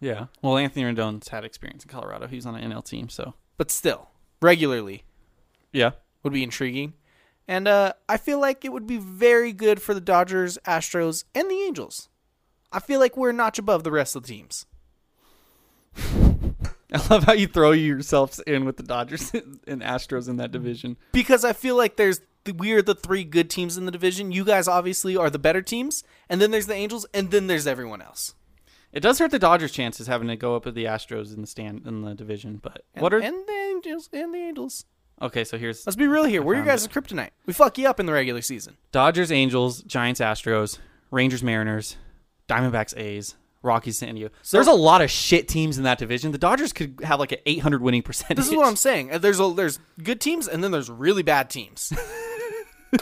yeah. Well, Anthony Rendon's had experience in Colorado. He's on an NL team, so But still, regularly yeah, would be intriguing, and uh, I feel like it would be very good for the Dodgers, Astros, and the Angels. I feel like we're a notch above the rest of the teams. <laughs> I love how you throw yourselves in with the Dodgers <laughs> and Astros in that division. because I feel like there's we are the three good teams in the division. You guys obviously are the better teams, and then there's the Angels, and then there's everyone else. It does hurt the Dodgers' chances having to go up with the Astros in the stand in the division. But And, what are and the Angels and the Angels? okay? So here's Let's be real here. We're your found guys' kryptonite. We fuck you up in the regular season. Dodgers, Angels, Giants, Astros, Rangers, Mariners, Diamondbacks, A's, Rockies, San Diego. So there's a lot of shit teams in that division. The Dodgers could have like an 800 winning <laughs> percentage. This is what I'm saying. Uh, There's a, there's good teams, and then there's really <laughs> bad teams.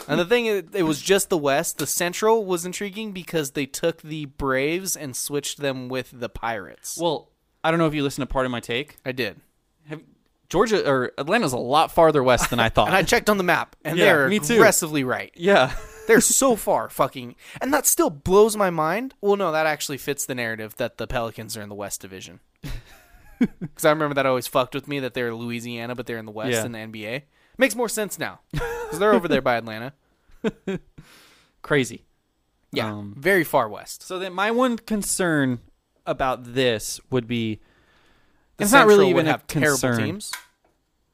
and the thing, is, it was just the West. The Central was intriguing because they took the Braves and switched them with the Pirates. Well, I don't know if you listened to part of my take. I did, Have, Georgia or Atlanta's a lot farther west <laughs> than I thought. and I checked on the map, and Yeah, they're me too. aggressively right. yeah. <laughs> They're so far fucking, and that still blows my mind. Well, no, that actually fits the narrative that the Pelicans are in the <laughs> West Division. Because I remember that always fucked with me that they're Louisiana, but they're in the West Yeah. in the NBA. Makes more sense now because they're over there by Atlanta. Crazy. Yeah, Um, very far west. So then my one concern about this would be The it's not really Central would even a have terrible concern. teams.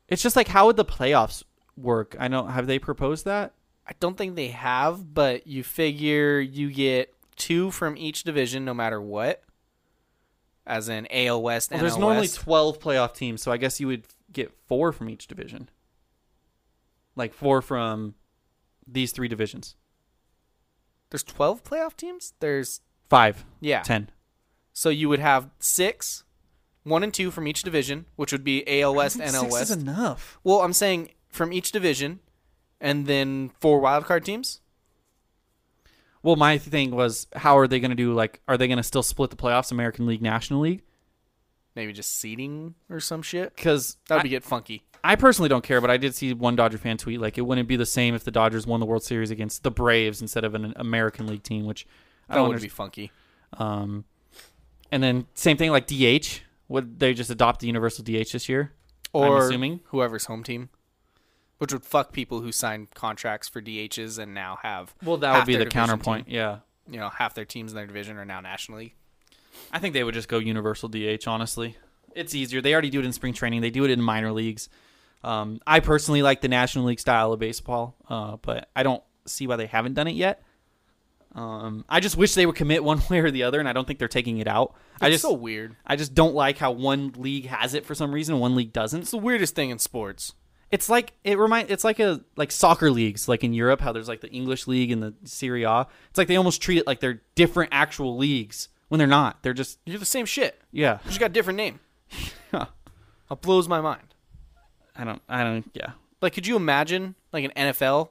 it's just like how would the playoffs work? I know have they proposed that? I don't think they have, but you figure you get two from each division, no matter what. As in AL West, Well, NL there's normally West. 12 playoff teams, so I guess you would get four from each division. Like four from these three divisions. there's twelve playoff teams. There's Five. yeah, Ten. So you would have six, one and two from each division, which would be AL West, NL West. enough. well, I'm saying from each division, and then four wildcard teams. Well, my thing was how are they going to do like are they going to still split the playoffs American League National League? Maybe just seeding or some shit. Cuz That would be get funky. I personally don't care, but I did see one Dodger fan tweet like it wouldn't be the same if the Dodgers won the World Series against the Braves instead of an American League team, which I That don't would be understand. funky. Um, and then same thing like DH. Would they just adopt the universal DH this year? Or assuming. whoever's home team, which would fuck people who signed contracts for DHs and now have Well, that half would be the their division counterpoint. team- Yeah, you know, half their teams in their division are now National League. I think they would just go universal DH. Honestly, it's easier. They already do it in spring training. They do it in minor leagues. Um, I personally like the National League style of baseball, uh, but I don't see why they haven't done it yet. Um, I just wish they would commit <laughs> one way or the other, and I don't think they're taking it out. I It's just so weird. I just don't like how one league has it for some reason, and one league doesn't. It's the weirdest thing in sports. It's like it remind it's like a like soccer leagues like in Europe how there's like the English league and the Serie A. It's like they almost treat it like they're different actual leagues when they're not. They're just You're the same shit. yeah. You just got a <laughs> different name. That blows my mind. I don't I don't yeah. Like, could you imagine like an NFL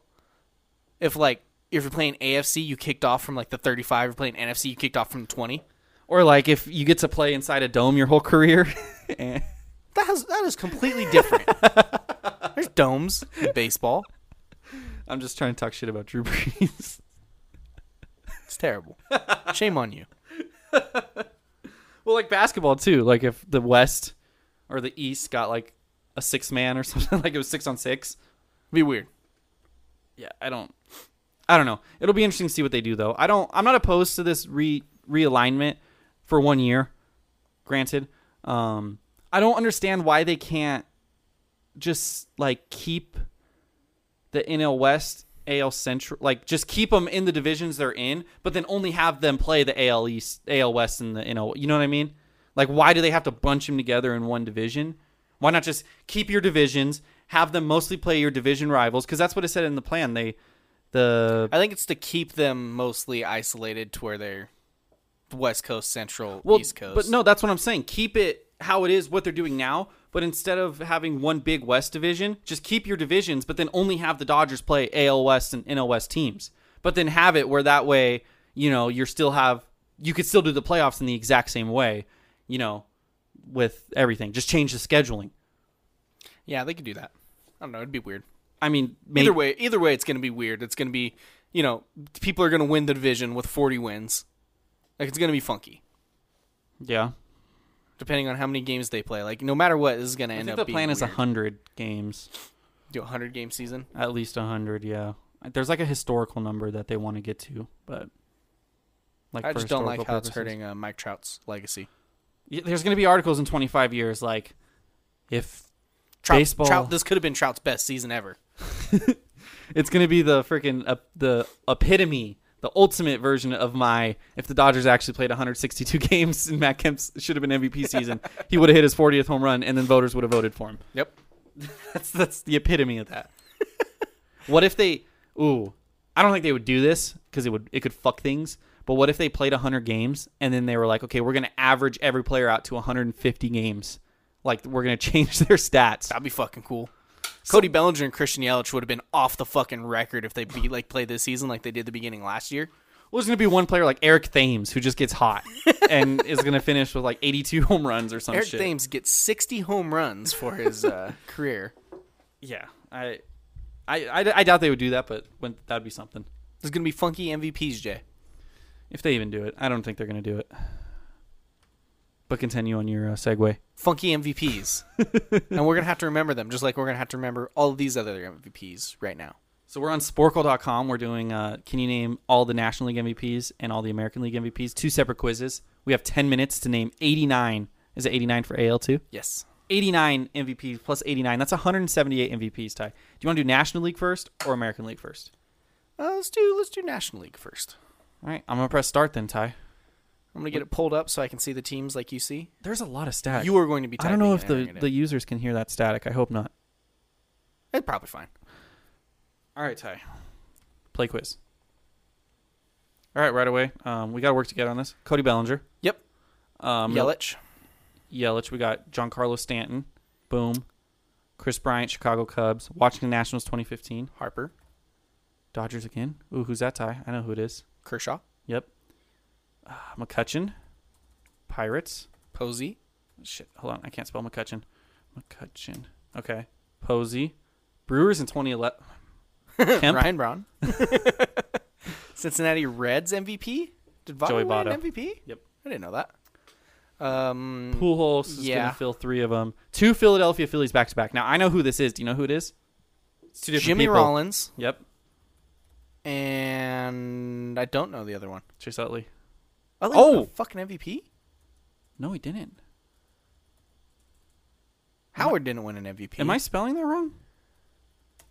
if like if you're playing AFC, you kicked off from like the 35. You're playing NFC, you kicked off from 20. Or like if you get to play inside a dome your whole career. <laughs> and, That has that is completely different. There's domes in baseball. I'm just trying to talk shit about Drew Brees. <laughs> It's terrible. Shame on you. well, like basketball too. Like if the West or the East got like a six man or <laughs> something like it was 6 on 6. Be weird. yeah, I don't I don't know. It'll be interesting to see what they do though. I don't I'm not opposed to this re realignment for one year, granted. Um I don't understand why they can't just like keep the NL West, AL Central, like just keep them in the divisions they're in, but then only have them play the AL East, AL West, and the NL. You know what I mean? Like, why do they have to bunch them together in one division? Why not just keep your divisions, have them mostly play your division rivals? Because that's what it said in the plan. They, the I think it's to keep them mostly isolated to where they're West Coast, Central, Well, East Coast. But no, that's what I'm saying. Keep it how it is, what they're doing now. But instead of having one big West division, just keep your divisions, but then only have the Dodgers play AL West and NL West teams. But then have it where that way, you know, you're still have you could still do the playoffs in the exact same way, you know, with everything. Just change the scheduling. yeah, they could do that. I don't know. It'd be weird. I mean, maybe, Either way, either way, it's going to be weird. It's going to be, you know, people are going to win the division with 40 wins. Like it's going to be funky, yeah. depending on how many games they play. Like no matter what, this is going to I end think the up. being plan is weird. hundred games, do a hundred game season. at least hundred. Yeah, there's like a historical number that they want to get to, but like I for just don't like historical how it's purposes. hurting uh, Mike Trout's legacy. Y- there's going to be articles in 25 years like if Trout, Baseball- Trout, this could have been Trout's best season ever. it's going to be the freaking ep- the epitome the ultimate version of my if the Dodgers actually played 162 <laughs> games and Matt Kemp's should have been MVP season, he would have hit his 40th home run and then voters would have voted for him. Yep. That's that's the epitome of that. what if they ooh, I don't think they would do this cuz it would it could fuck things, but what if they played 100 games and then they were like, "Okay, we're going to average every player out to 150 games." Like we're going to <laughs> change their stats. That'd be fucking cool. Cody Bellinger and Christian Yelich would have been off the fucking record if they be like played this season like they did the beginning last year. Well, there's gonna be one player like Eric Thames who just gets <laughs> hot and is gonna finish with like 82 home runs or some Eric Oh, shit. Thames gets 60 home runs for his uh, career. Yeah, I, I, I, I doubt they would do that, but when, that'd be something There's gonna be funky MVPs, Jay. if they even do it. I don't think they're gonna do it. But continue on your uh, segue. Funky MVPs, and we're gonna have to remember them, just like we're gonna have to remember all of these other MVPs right now. So we're on Sporkle.com. We're doing. Uh, can you name all the National League MVPs and all the American League MVPs? Two separate quizzes. We have 10 minutes to name 89. Is it 89 for AL too? Yes. 89 MVPs plus 89. That's 178 MVPs, Ty. Do you want to do National League first or American League first? Uh, let's do let's do National League first. All right, I'm gonna press start then, Ty. I'm gonna get it pulled up so I can see the teams like you see. There's a lot of static. You are going to be. I don't know if typing and the entering it the in. users can hear that static. I hope not. It's probably fine. All right, Ty. Play quiz. All right, right away. Um, we got to work together on this. Cody Bellinger, Yep. um, Yelich. Yelich. We got Giancarlo Stanton. Boom. Chris Bryant, Chicago Cubs. Washington Nationals, 2015. Harper. Dodgers again. Ooh, who's that, Ty? I know who it is. Kershaw. Yep. Uh, McCutcheon. Pirates. Posey. Shit, hold on. I can't spell McCutcheon. McCutcheon. Okay. Posey. Brewers in 2011. Kemp. Ryan Braun. <laughs> Cincinnati Reds MVP. Did Votto Joey win an Votto. MVP? Yep. I didn't know that. Um, Pujols is Yeah. going to fill three of them. Two Philadelphia Phillies back to back. Now, I know who this is. Do you know who it is? It's two different Jimmy people. Rollins Yep. and I don't know the other one. Chase Utley. Oh, they Oh! won a fucking MVP. No, he didn't. Howard didn't win an MVP. Am I spelling that wrong?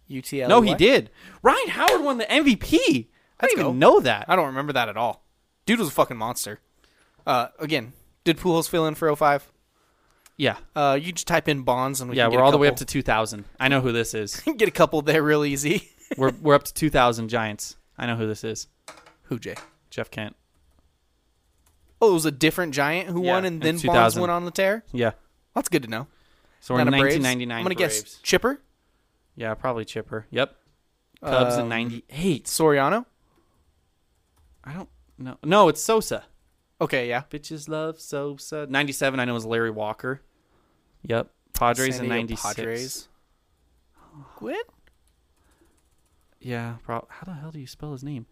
UTL? No, he did. Ryan Howard won the MVP. I Let's didn't even go. know that. I don't remember that at all. Dude was a fucking monster. Uh, again, did Pujols fill in for 05? Yeah. Uh, you just type in Bonds and we Yeah, can get we're a all the way up to couple- <laughs> 2,000. I know who this is. get a couple there real easy. <laughs> we're, <laughs> we're up to 2,000 Giants. I know who this is. Who Jay? Jeff Kent. Oh, it was a different Giant who Yeah, won, in and then Bonds 2000. went on the tear. Yeah. That's good to know. So we're in Atlanta Braves. 1999 I'm gonna guess Braves. Chipper Yeah, probably Chipper. Yep. Cubs in Um, 98. Soriano. I don't know. No, it's Sosa. Okay, yeah. Bitches love Sosa. 97, I know, is Larry Walker. Yep. Padres San in Diego 96. Padres. Quit. Yeah. Prob- How the hell do you spell his name?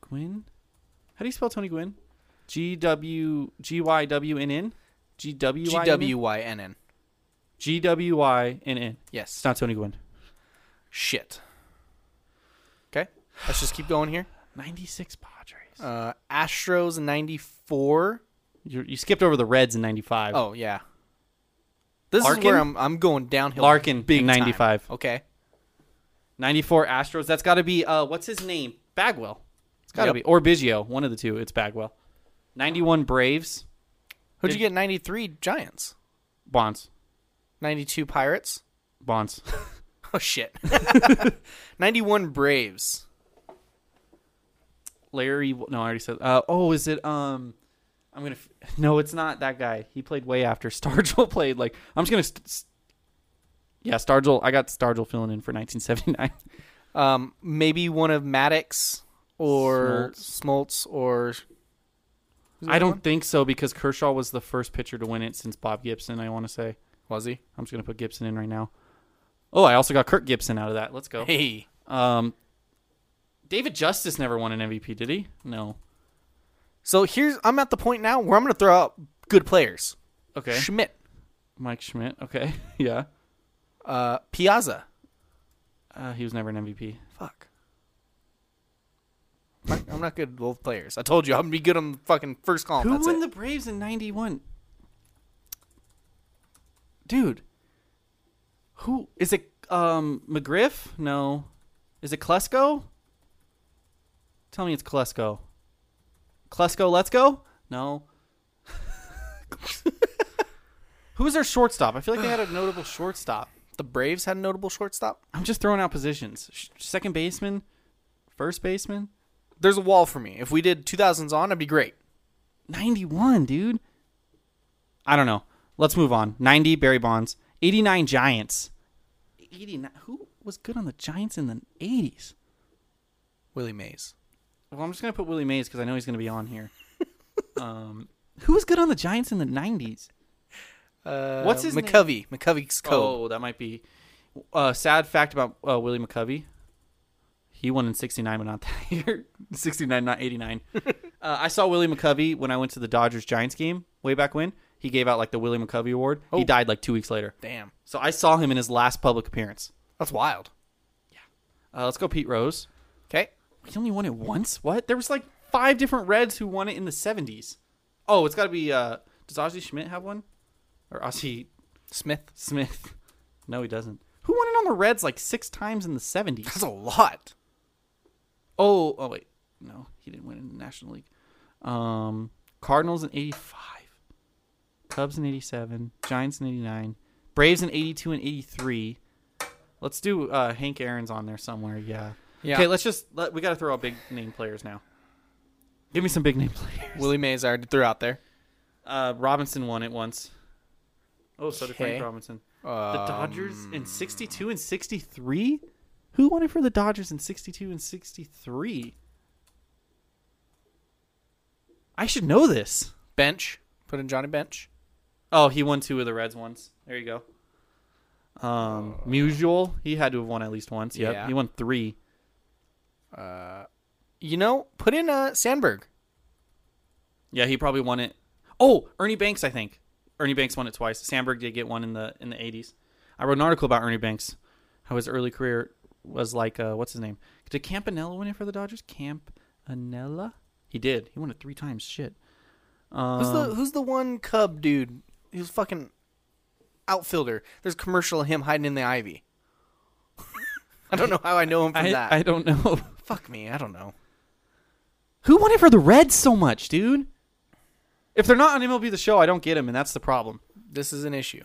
Gwyn? How do you spell Tony Gwynn? G W G Y W N N? G W G Y W Y N N. G W Y N N. Yes. It's not Tony Gwynn. Shit. Okay. Let's just keep going here. 96 Padres. Uh, Astros in '94. you, you skipped over the Reds in 95. Oh yeah. This is Larkin? where I'm I'm going downhill. Larkin, big in time. 95. Okay. 94 Astros. That's got to be uh, what's his name? Bagwell. It's got to Yep. be or Biggio. One of the two. It's Bagwell. 91 Braves. Who'd you get? in '93 Giants. Bonds. '92 Pirates. Bonds. <laughs> Oh shit. <laughs> '91 Braves. Larry. No, I already said. Uh, oh, is it? Um, I'm gonna. F- <laughs> no, it's not that guy. He played way after <laughs> Stargell played. Like I'm just gonna. St- st- yeah, Stargell. I got Stargell filling in for <laughs> 1979. Um, maybe one of Maddox or Smoltz, or I don't think so because Kershaw was the first pitcher to win it since Bob Gibson. I want to say. was he? I'm just gonna put Gibson in right now. Oh, I also got Kirk Gibson out of that. Let's go. Hey, Um, David Justice never won an MVP, did he? No. so here's I'm at the point now where I'm gonna throw out good players. Okay. Schmidt, Mike Schmidt. Okay. <laughs> yeah. uh, Piazza. Uh, he was never an MVP. Fuck. I'm I'm not good at both players. I told you I'm gonna be good on the fucking first column. Who Oh, That's won it. the Braves in '91? Dude, who is it? Um, McGriff? No, is it Klesko? Tell me it's Klesko. Klesko, let's go. No. <laughs> Who's their shortstop? I feel like they had a notable shortstop. the Braves had a notable shortstop. I'm just throwing out positions. Sh- Second baseman, first baseman. There's a wall for me. If we did 2000s on, it'd be great. 91, dude. I don't know. Let's move on. 90, Barry Bonds. 89, Giants. 89. Who was good on the Giants in the 80s? Willie Mays. Well, I'm just going to put Willie Mays because I know he's going to be on here. um, who was good on the Giants in the 90s? Uh, What's his name? McCovey. McCovey's code. Oh, that might be. Uh, sad fact about uh, Willie McCovey. He won in '69, but not that <laughs> year. '69, not '89. uh, I saw Willie McCovey when I went to the Dodgers Giants game way back when. He gave out like the Willie McCovey Award. He died like two weeks later. Damn, So I saw him in his last public appearance. that's wild. <laughs> Uh, let's go, Pete Rose. Okay, He only won it once. What? There was like five different Reds who won it in the '70s. Oh, it's got to be. Uh, does Ozzie Schmidt have one? Or Ozzie Smith. Smith. <laughs> No, he doesn't. Who won it on the Reds like six times in the 70s? That's a lot. Oh, oh wait. No, he didn't win in the National League. Um, Cardinals in 85. Cubs in 87. Giants in 89. Braves in 82 and 83. Let's do uh, Hank Aaron's on there somewhere. Yeah. Yeah. Okay, let's just let, we got to throw out big name players now. Give me some big name players. Willie Mays I already threw out there. Uh, Robinson won it once. Oh, so did Frank Okay. Robinson. the Dodgers in 62 and 63? Who won it for the Dodgers in 62 and 63? I should know this. Bench. Put in Johnny Bench. Oh, he won two of the Reds once. There you go. Um, Musial, he had to have won at least once. Yep, Yeah. he won three. You know, put in uh, Sandberg. Yeah, he probably won it. Oh, Ernie Banks, I think. Ernie Banks won it twice. Sandberg did get one in the in the eighties. I wrote an article about Ernie Banks, how his early career was like. Uh, what's his name? Did Campanella win it for the Dodgers? Campanella? He did. He won it three times. Shit. Who's Um, the Who's the one Cub dude? He was fucking outfielder. There's a commercial of him hiding in the ivy. <laughs> I don't know how I know him from I, that. I don't know. <laughs> Fuck me, I don't know. Who won it for the Reds so much, dude? If they're not on MLB the Show, I don't get them, and that's the problem. This is an issue.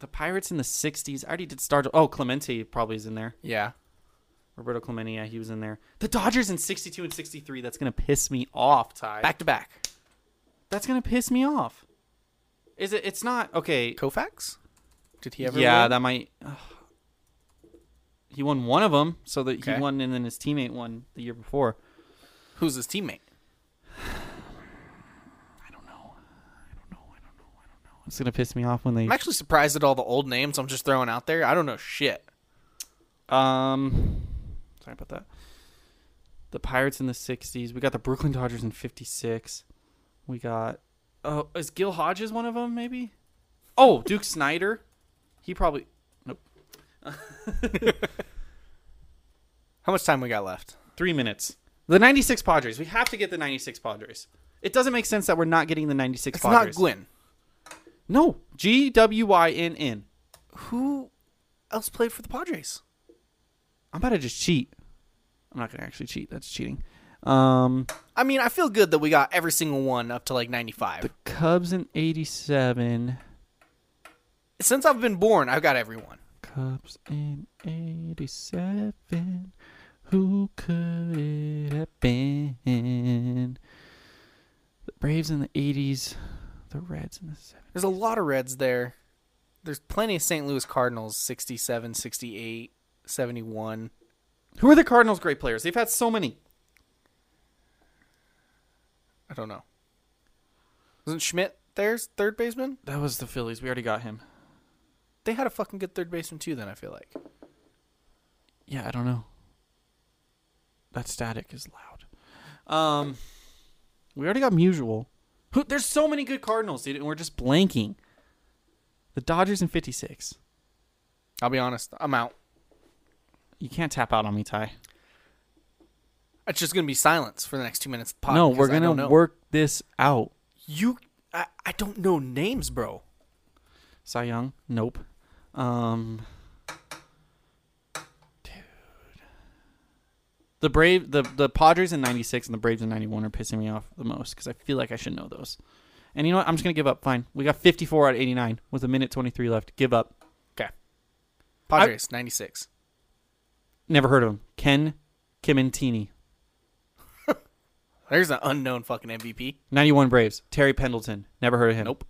The Pirates in the '60s. I already did Stargell. Oh, Clemente probably is in there. Yeah. Roberto Clemente, yeah, he was in there. The Dodgers in 62 and 63, that's going to piss me off, Ty. Back to back. That's going to piss me off. Is it it's not okay. Koufax? Did he ever yeah, win? that might ugh. He won one of them, so that Okay. he won and then his teammate won the year before. Who's his teammate? I don't know. I don't know. I don't know. I don't know. It's going to piss me off when they I'm actually surprised at all the old names I'm just throwing out there. I don't know shit. um Sorry about that. The Pirates in the 60s. We got the Brooklyn Dodgers in 56. We got Oh, is Gil Hodges one of them maybe? Oh, Duke Snyder. He probably nope. How much time we got left? Three minutes. The '96 Padres. We have to get the '96 Padres. It doesn't make sense that we're not getting the '96 It's Padres. not Gwyn. No, G W Y N N. Who else played for the Padres? I'm about to just cheat. I'm not gonna actually cheat. That's cheating. Um, I mean, I feel good that we got every single one up to like 95. the Cubs in '87. Since I've been born, I've got everyone. Cubs in '87. Who could it have been? The Braves in the 80s, the Reds in the 70s. There's a lot of Reds there. There's plenty of St. Louis Cardinals 67, 68, 71. Who are the Cardinals' great players? They've had so many. I don't know. Wasn't Schmidt theirs third baseman? That was the Phillies. We already got him. They had a fucking good third baseman too then I feel like. Yeah, I don't know. That static is loud. Um, we already got Mutual. Who? There's so many good Cardinals, dude, and we're just blanking. The Dodgers in '56. I'll be honest, I'm out. You can't tap out on me, Ty. It's just gonna be silence for the next two minutes. of the pod no, because we're I don't gonna know. work this out. You, I, I don't know names, bro. Cy Young. Nope. Um, dude, the Brave, the the Padres in '96 and the Braves in '91 are pissing me off the most because I feel like I should know those. And you know what? I'm just gonna give up. Fine. We got 54 out of 89 with a minute 23 left. Give up. Okay. Padres ninety six. Never heard of him. Ken Cimentini. There's an unknown fucking MVP. 91 Braves. Terry Pendleton. Never heard of him. Nope.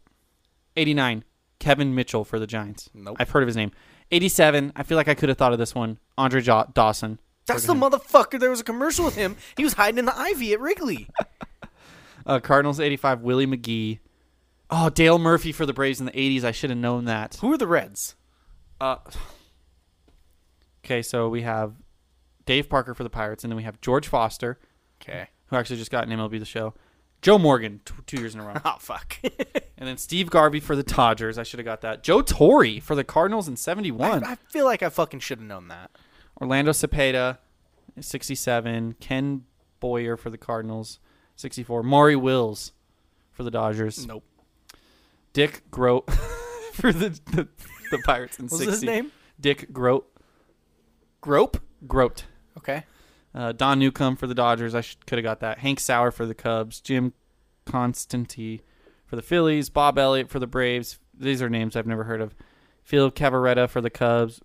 89. Kevin Mitchell for the Giants. Nope. I've heard of his name. 87. I feel like I could have thought of this one. Andre Jaw- Dawson. That's the motherfucker. There was a commercial with him. He was hiding in the ivy at Wrigley. Uh, Cardinals 85. Willie McGee. Oh, Dale Murphy for the Braves in the 80s. I should have known that. Who are the Reds? Uh, okay, so we have Dave Parker for the Pirates, and then we have George Foster, Okay. who actually just got an MLB the show. Joe Morgan, t- two years in a row. Oh fuck. <laughs> And then Steve Garvey for the Dodgers. I should have got that. Joe Torre for the Cardinals in 71. I feel like I fucking should have known that. Orlando Cepeda, 67. Ken Boyer for the Cardinals, 64. Maury Wills for the Dodgers. Nope. Dick Grote <laughs> for the, the, the Pirates in What was 60. his name? Dick Grote. Grope. Grote. Okay. Uh, Don Newcomb for the Dodgers. I should, could have got that. Hank Sauer for the Cubs. Jim Constantine for the Phillies. Bob Elliott for the Braves. These are names I've never heard of. Phil Cavaretta for the Cubs.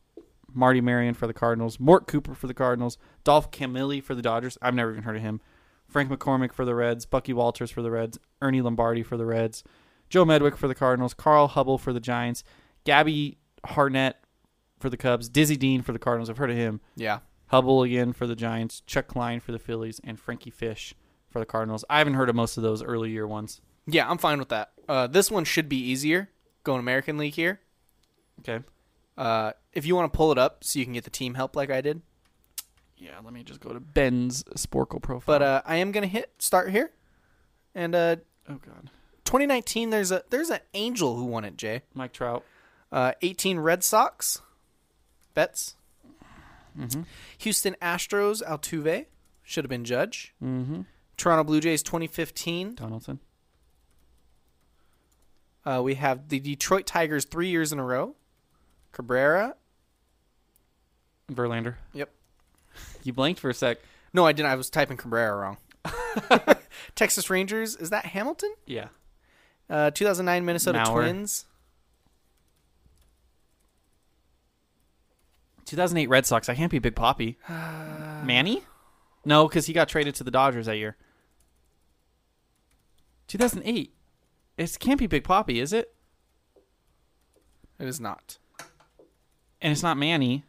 Marty Marion for the Cardinals. Mort Cooper for the Cardinals. Dolph Camilli for the Dodgers. I've never even heard of him. Frank McCormick for the Reds. Bucky Walters for the Reds. Ernie Lombardi for the Reds. Joe Medwick for the Cardinals. Carl Hubble for the Giants. Gabby Harnett for the Cubs. Dizzy Dean for the Cardinals. I've heard of him. Yeah. Hubble again for the Giants, Chuck Klein for the Phillies, and Frankie Fish for the Cardinals. I haven't heard of most of those early year ones. Yeah, I'm fine with that. Uh, this one should be easier. Going American League here. Okay. Uh, if you want to pull it up so you can get the team help like I did. Yeah, let me just go to Ben's Sporkle profile. But uh, I am gonna hit start here. And uh, oh god, 2019, there's a there's an angel who won it, Jay. Mike Trout. Uh, 18 Red Sox. Betts. Houston Astros. Altuve should have been Judge. Mm-hmm. Toronto Blue Jays 2015. Donaldson. Uh, we have the Detroit Tigers three years in a row. Cabrera. Verlander. Yep. You blanked for a sec. No, I didn't. I was typing Cabrera wrong. <laughs> Texas Rangers. Is that Hamilton? Yeah. Uh, 2009 Minnesota Mauer. Twins. 2008 Red Sox. I can't be Big <sighs> Poppy. Manny? No, because he got traded to the Dodgers that year. 2008. It can't be Big Poppy, is it? It is not. And it's not Manny.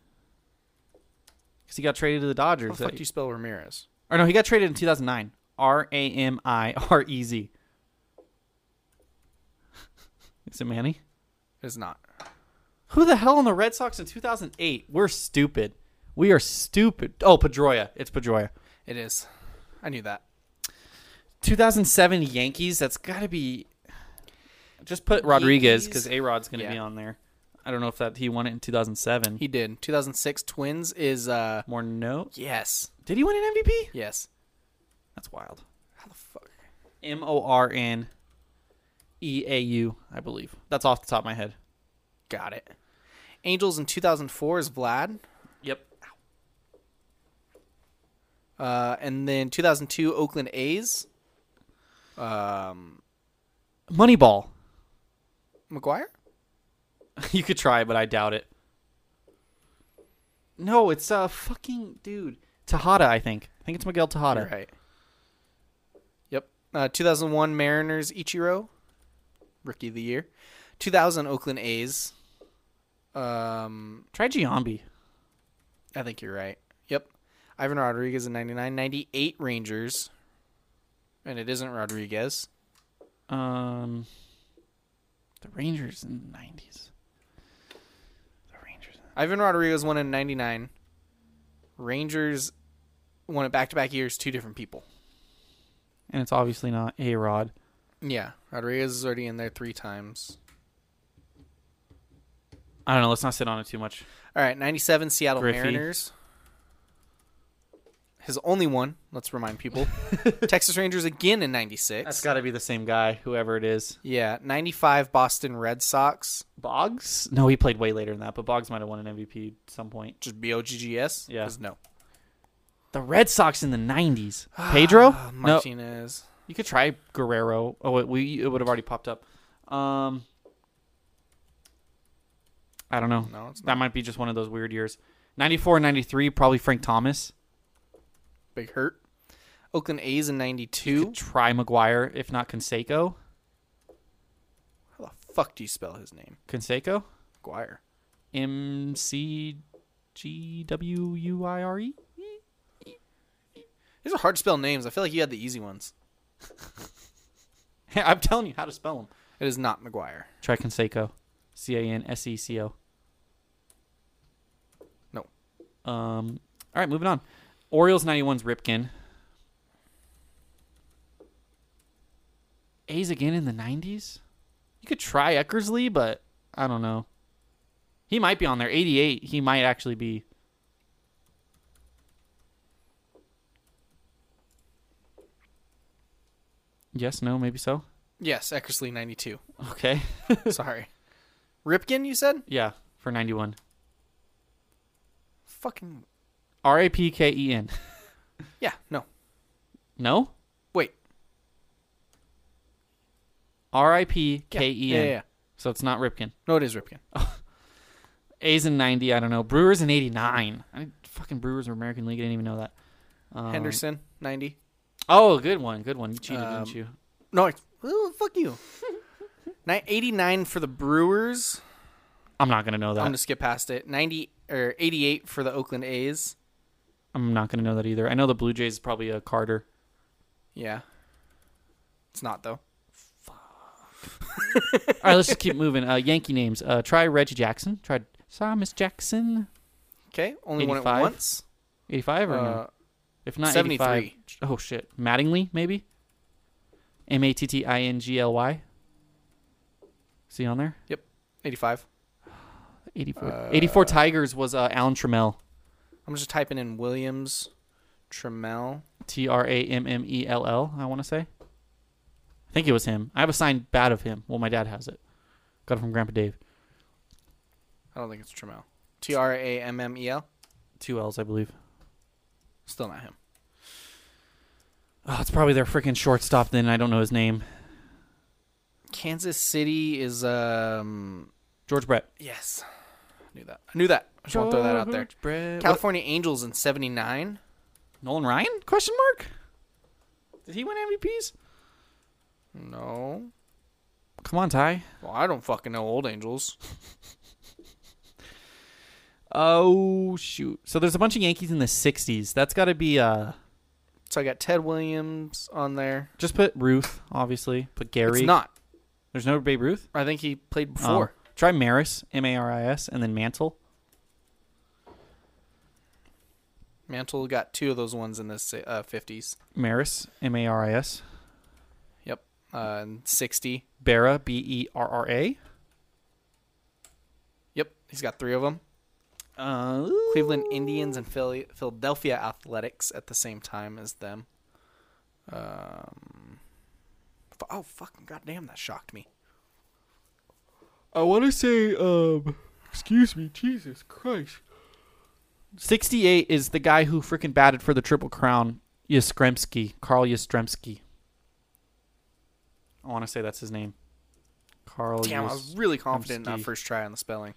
Because he got traded to the Dodgers. How the fuck that do you spell Ramirez? Or no, he got traded in 2009. R A M I R E Z. <laughs> Is it Manny? It is not. Who the hell on the Red Sox in 2008? We're stupid. We are stupid. Oh, Pedroia. It's Pedroia. It is. I knew that. 2007 Yankees. That's got to be. Just put Rodriguez Yankees? because A Rod's going to be Yeah. on there. I don't know if that he won it in 2007. He did. 2006 Twins is uh More no. yes. Did he win an MVP? Yes. That's wild. How the fuck? M O R N E A U, I believe. That's off the top of my head. Got it. Angels in 2004 is Vlad. Yep. Uh, and then 2002 Oakland A's. Um, Moneyball. <laughs> McGuire? You could try, but I doubt it. No, it's uh fucking dude. Tejada, I think. I think it's Miguel Tejada. Right. Yep. Uh, 2001 Mariners Ichiro, rookie of the year. 2000 Oakland A's. Um, Try Giambi. I think you're right. Yep. Ivan Rodriguez in 99, 98 Rangers. And it isn't Rodriguez. Um, the Rangers in the nineties. The Rangers. Ivan Rodriguez won in 99. Rangers won it back to back years, two different people. And it's obviously not A Rod. Yeah. Rodriguez is already in there three times. I don't know. Let's not sit on it too much. All right, 97 Seattle Griffey. Mariners. His only one, let's remind <laughs> people. Texas Rangers again in 96. That's got to be the same guy, whoever it is. yeah, 95 Boston Red Sox, Boggs? No, he played way later than that, but Boggs might have won an MVP at some point. just B-O-G-G-S. Yeah. 'cause no. The Red Sox in the <sighs> nineties. Pedro? no, Uh, Martinez. Ah, you could try Guerrero. Oh, it, we it would have already popped up. Um, I don't know. No, it's that might be just one of those weird years. 94 93, probably Frank Thomas. Big hurt. Oakland A's in 92. Could try McGuire, if not Conseco. How the fuck do you spell his name? Conseco? McGuire. M C G W U I R E? <laughs> These are hard to spell names. I feel like you had the easy ones. I'm telling you how to spell them. It is not McGuire. Try Conseco. C A N S E C O. No. Um, all right, moving on. Orioles 91's Ripken. A's again in the 90s? You could try Eckersley, but I don't know. He might be on there. 88, he might actually be. Yes, no, maybe so. <laughs> Yes, Eckersley 92. Okay. <laughs> Sorry. Ripken, you said? yeah, for 91. Fucking. R A P K E N. Yeah, no. No? Wait. R I P K E Yeah, N. yeah, yeah. So it's not Ripken. No, it is Ripken. A's in 90, I don't know. Brewers in 89. I fucking Brewers were American League. I didn't even know that. Um, Henderson, 90. Oh, good one. Good one. You cheated, Um, didn't you? No, it's- ooh, <laughs> fuck you. Ni- 89 for the Brewers. I'm not going to know that. I'm I'm, going to skip past it. 90 or 88 for the Oakland A's. not going to know that either. I know the Blue Jays is probably a Carter. Yeah. It's not, though. All right, let's just keep moving. Uh, Yankee names. Uh, try Reggie Jackson. Try Miss Jackson. Okay. Only won it 85? once. 85 or Uh, no? If not 73. 85. Oh shit. Mattingly maybe? M A T T I N G L Y. See on there? yep. 85. 84. Uh, 84 Tigers was uh, Alan Trammell. I'm just typing in Williams, Trammell. T R A M M E L L, I want to say. I think it was him. I have a signed bat of him. Well, my dad has it. Got it from Grandpa Dave. I don't think it's Trammell. T R A M M E L. Two L's, I believe. Still not him. Oh, it's probably their freaking shortstop then. I don't know his name. Kansas City is um George Brett. yes. I knew that. I knew that. I just want to throw that out there. George Brett. California Angels in 79. Nolan Ryan? Question mark? Did he win MVPs? No. Come on, Ty. Well, I don't fucking know old Angels. Oh shoot! So there's a bunch of Yankees in the '60s. That's got to be uh, So I got Ted Williams on there. just put Ruth, obviously. Put Gary. It's not. There's no Babe Ruth. I think he played Oh. before. try Maris, M-A-R-I-S, and then Mantle. Mantle got two of those ones in the si- uh, 50s. Maris, M-A-R-I-S. Yep. Uh, and 60. Berra, B-E-R-R-A. Yep. He's got three of them. Uh, Cleveland Indians and Philly- Philadelphia Athletics at the same time as them. Um, fu- oh, fucking goddamn, that shocked me. I want to say, um, excuse me, Jesus Christ. 68 is the guy who freaking batted for the Triple Crown, Yastrzemski, Carl Yastrzemski. I want to say that's his name. Carl Damn, I was really confident in that Yastrzemski. first try on the spelling.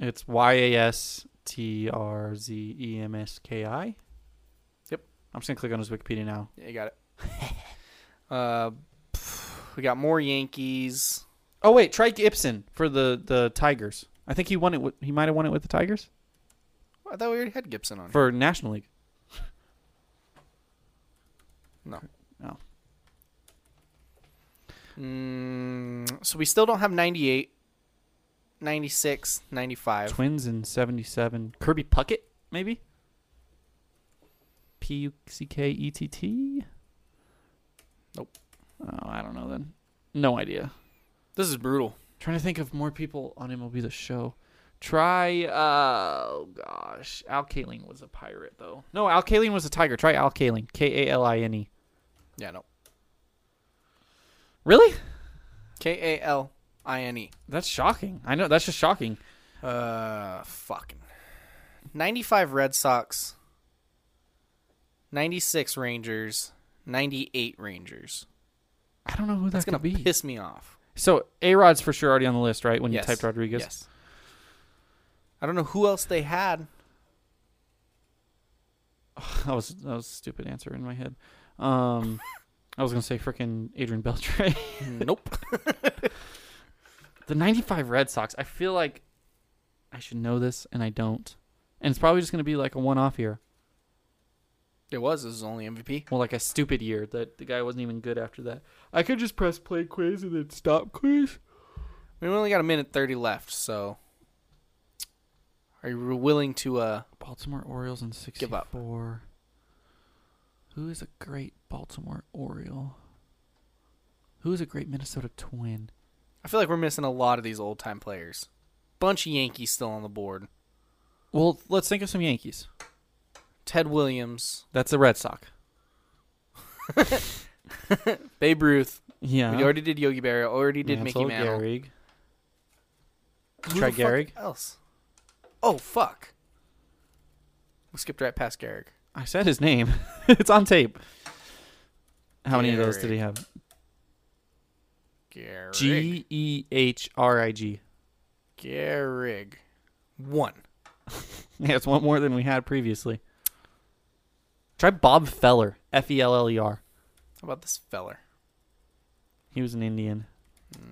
It's Y A S T R Z E M S K I. Yep. I'm just going to click on his Wikipedia now. Yeah, you got it. Uh, pff, we got more Yankees. Oh wait, Trike Ibsen for the the Tigers. I think he won it. With, he might have won it with the Tigers I thought we already had Gibson on. here. for National League. No. Oh, Mm, so we still don't have 98, 96, 95. Twins in '77. Kirby Puckett, maybe. P U C K E T T. Nope. Oh, I don't know then. No idea. This is brutal. Trying to think of more people on MLB the show. Try uh, oh gosh, Al Kaline was a pirate though. No, Al Kaline was a tiger. Try Al Kaline, K A L I N E. Yeah, no. Really? K A L I N E. That's shocking. I know that's just shocking. Uh, fucking. 95 Red Sox, 96 Rangers, 98 Rangers. I don't know who that's That's going gonna to be. piss me off. So A Rod's for sure already on the list, right? When Yes. you typed Rodriguez. Yes. I don't know who else they had. <laughs> That was that was a stupid answer in my head. <laughs> Um, I was gonna say freaking Adrian Beltre. <laughs> Nope. the '95 Red Sox. I feel like I should know this, and I don't. And it's probably just gonna be like a one-off year, it was. This was only MVP. well, like a stupid year that the guy wasn't even good after that. I could just press play quiz and then stop quiz. We only got a minute 30 left, so. Are you willing to, uh. Baltimore Orioles in Give up. '64. Who is a great Baltimore Oriole? Who is a great Minnesota Twin? I feel like we're missing a lot of these old time players. Bunch of Yankees still on the board. Well, let's think of some Yankees. Ted Williams, That's a Red Sox. Babe Ruth. Yeah. We already did Yogi Berra. Already did Mickey Mantle. Who Try the fuck Gehrig. Else. Oh fuck. We skipped right past Garrick. I said his name. <laughs> it's on tape. How many of those did Gehrig. he have? Garrick. G E H R I G. <laughs> Gehrig. One. Yeah, it's one more than we had previously. Try Bob Feller. F E L L E R. How about this feller? He was an Indian.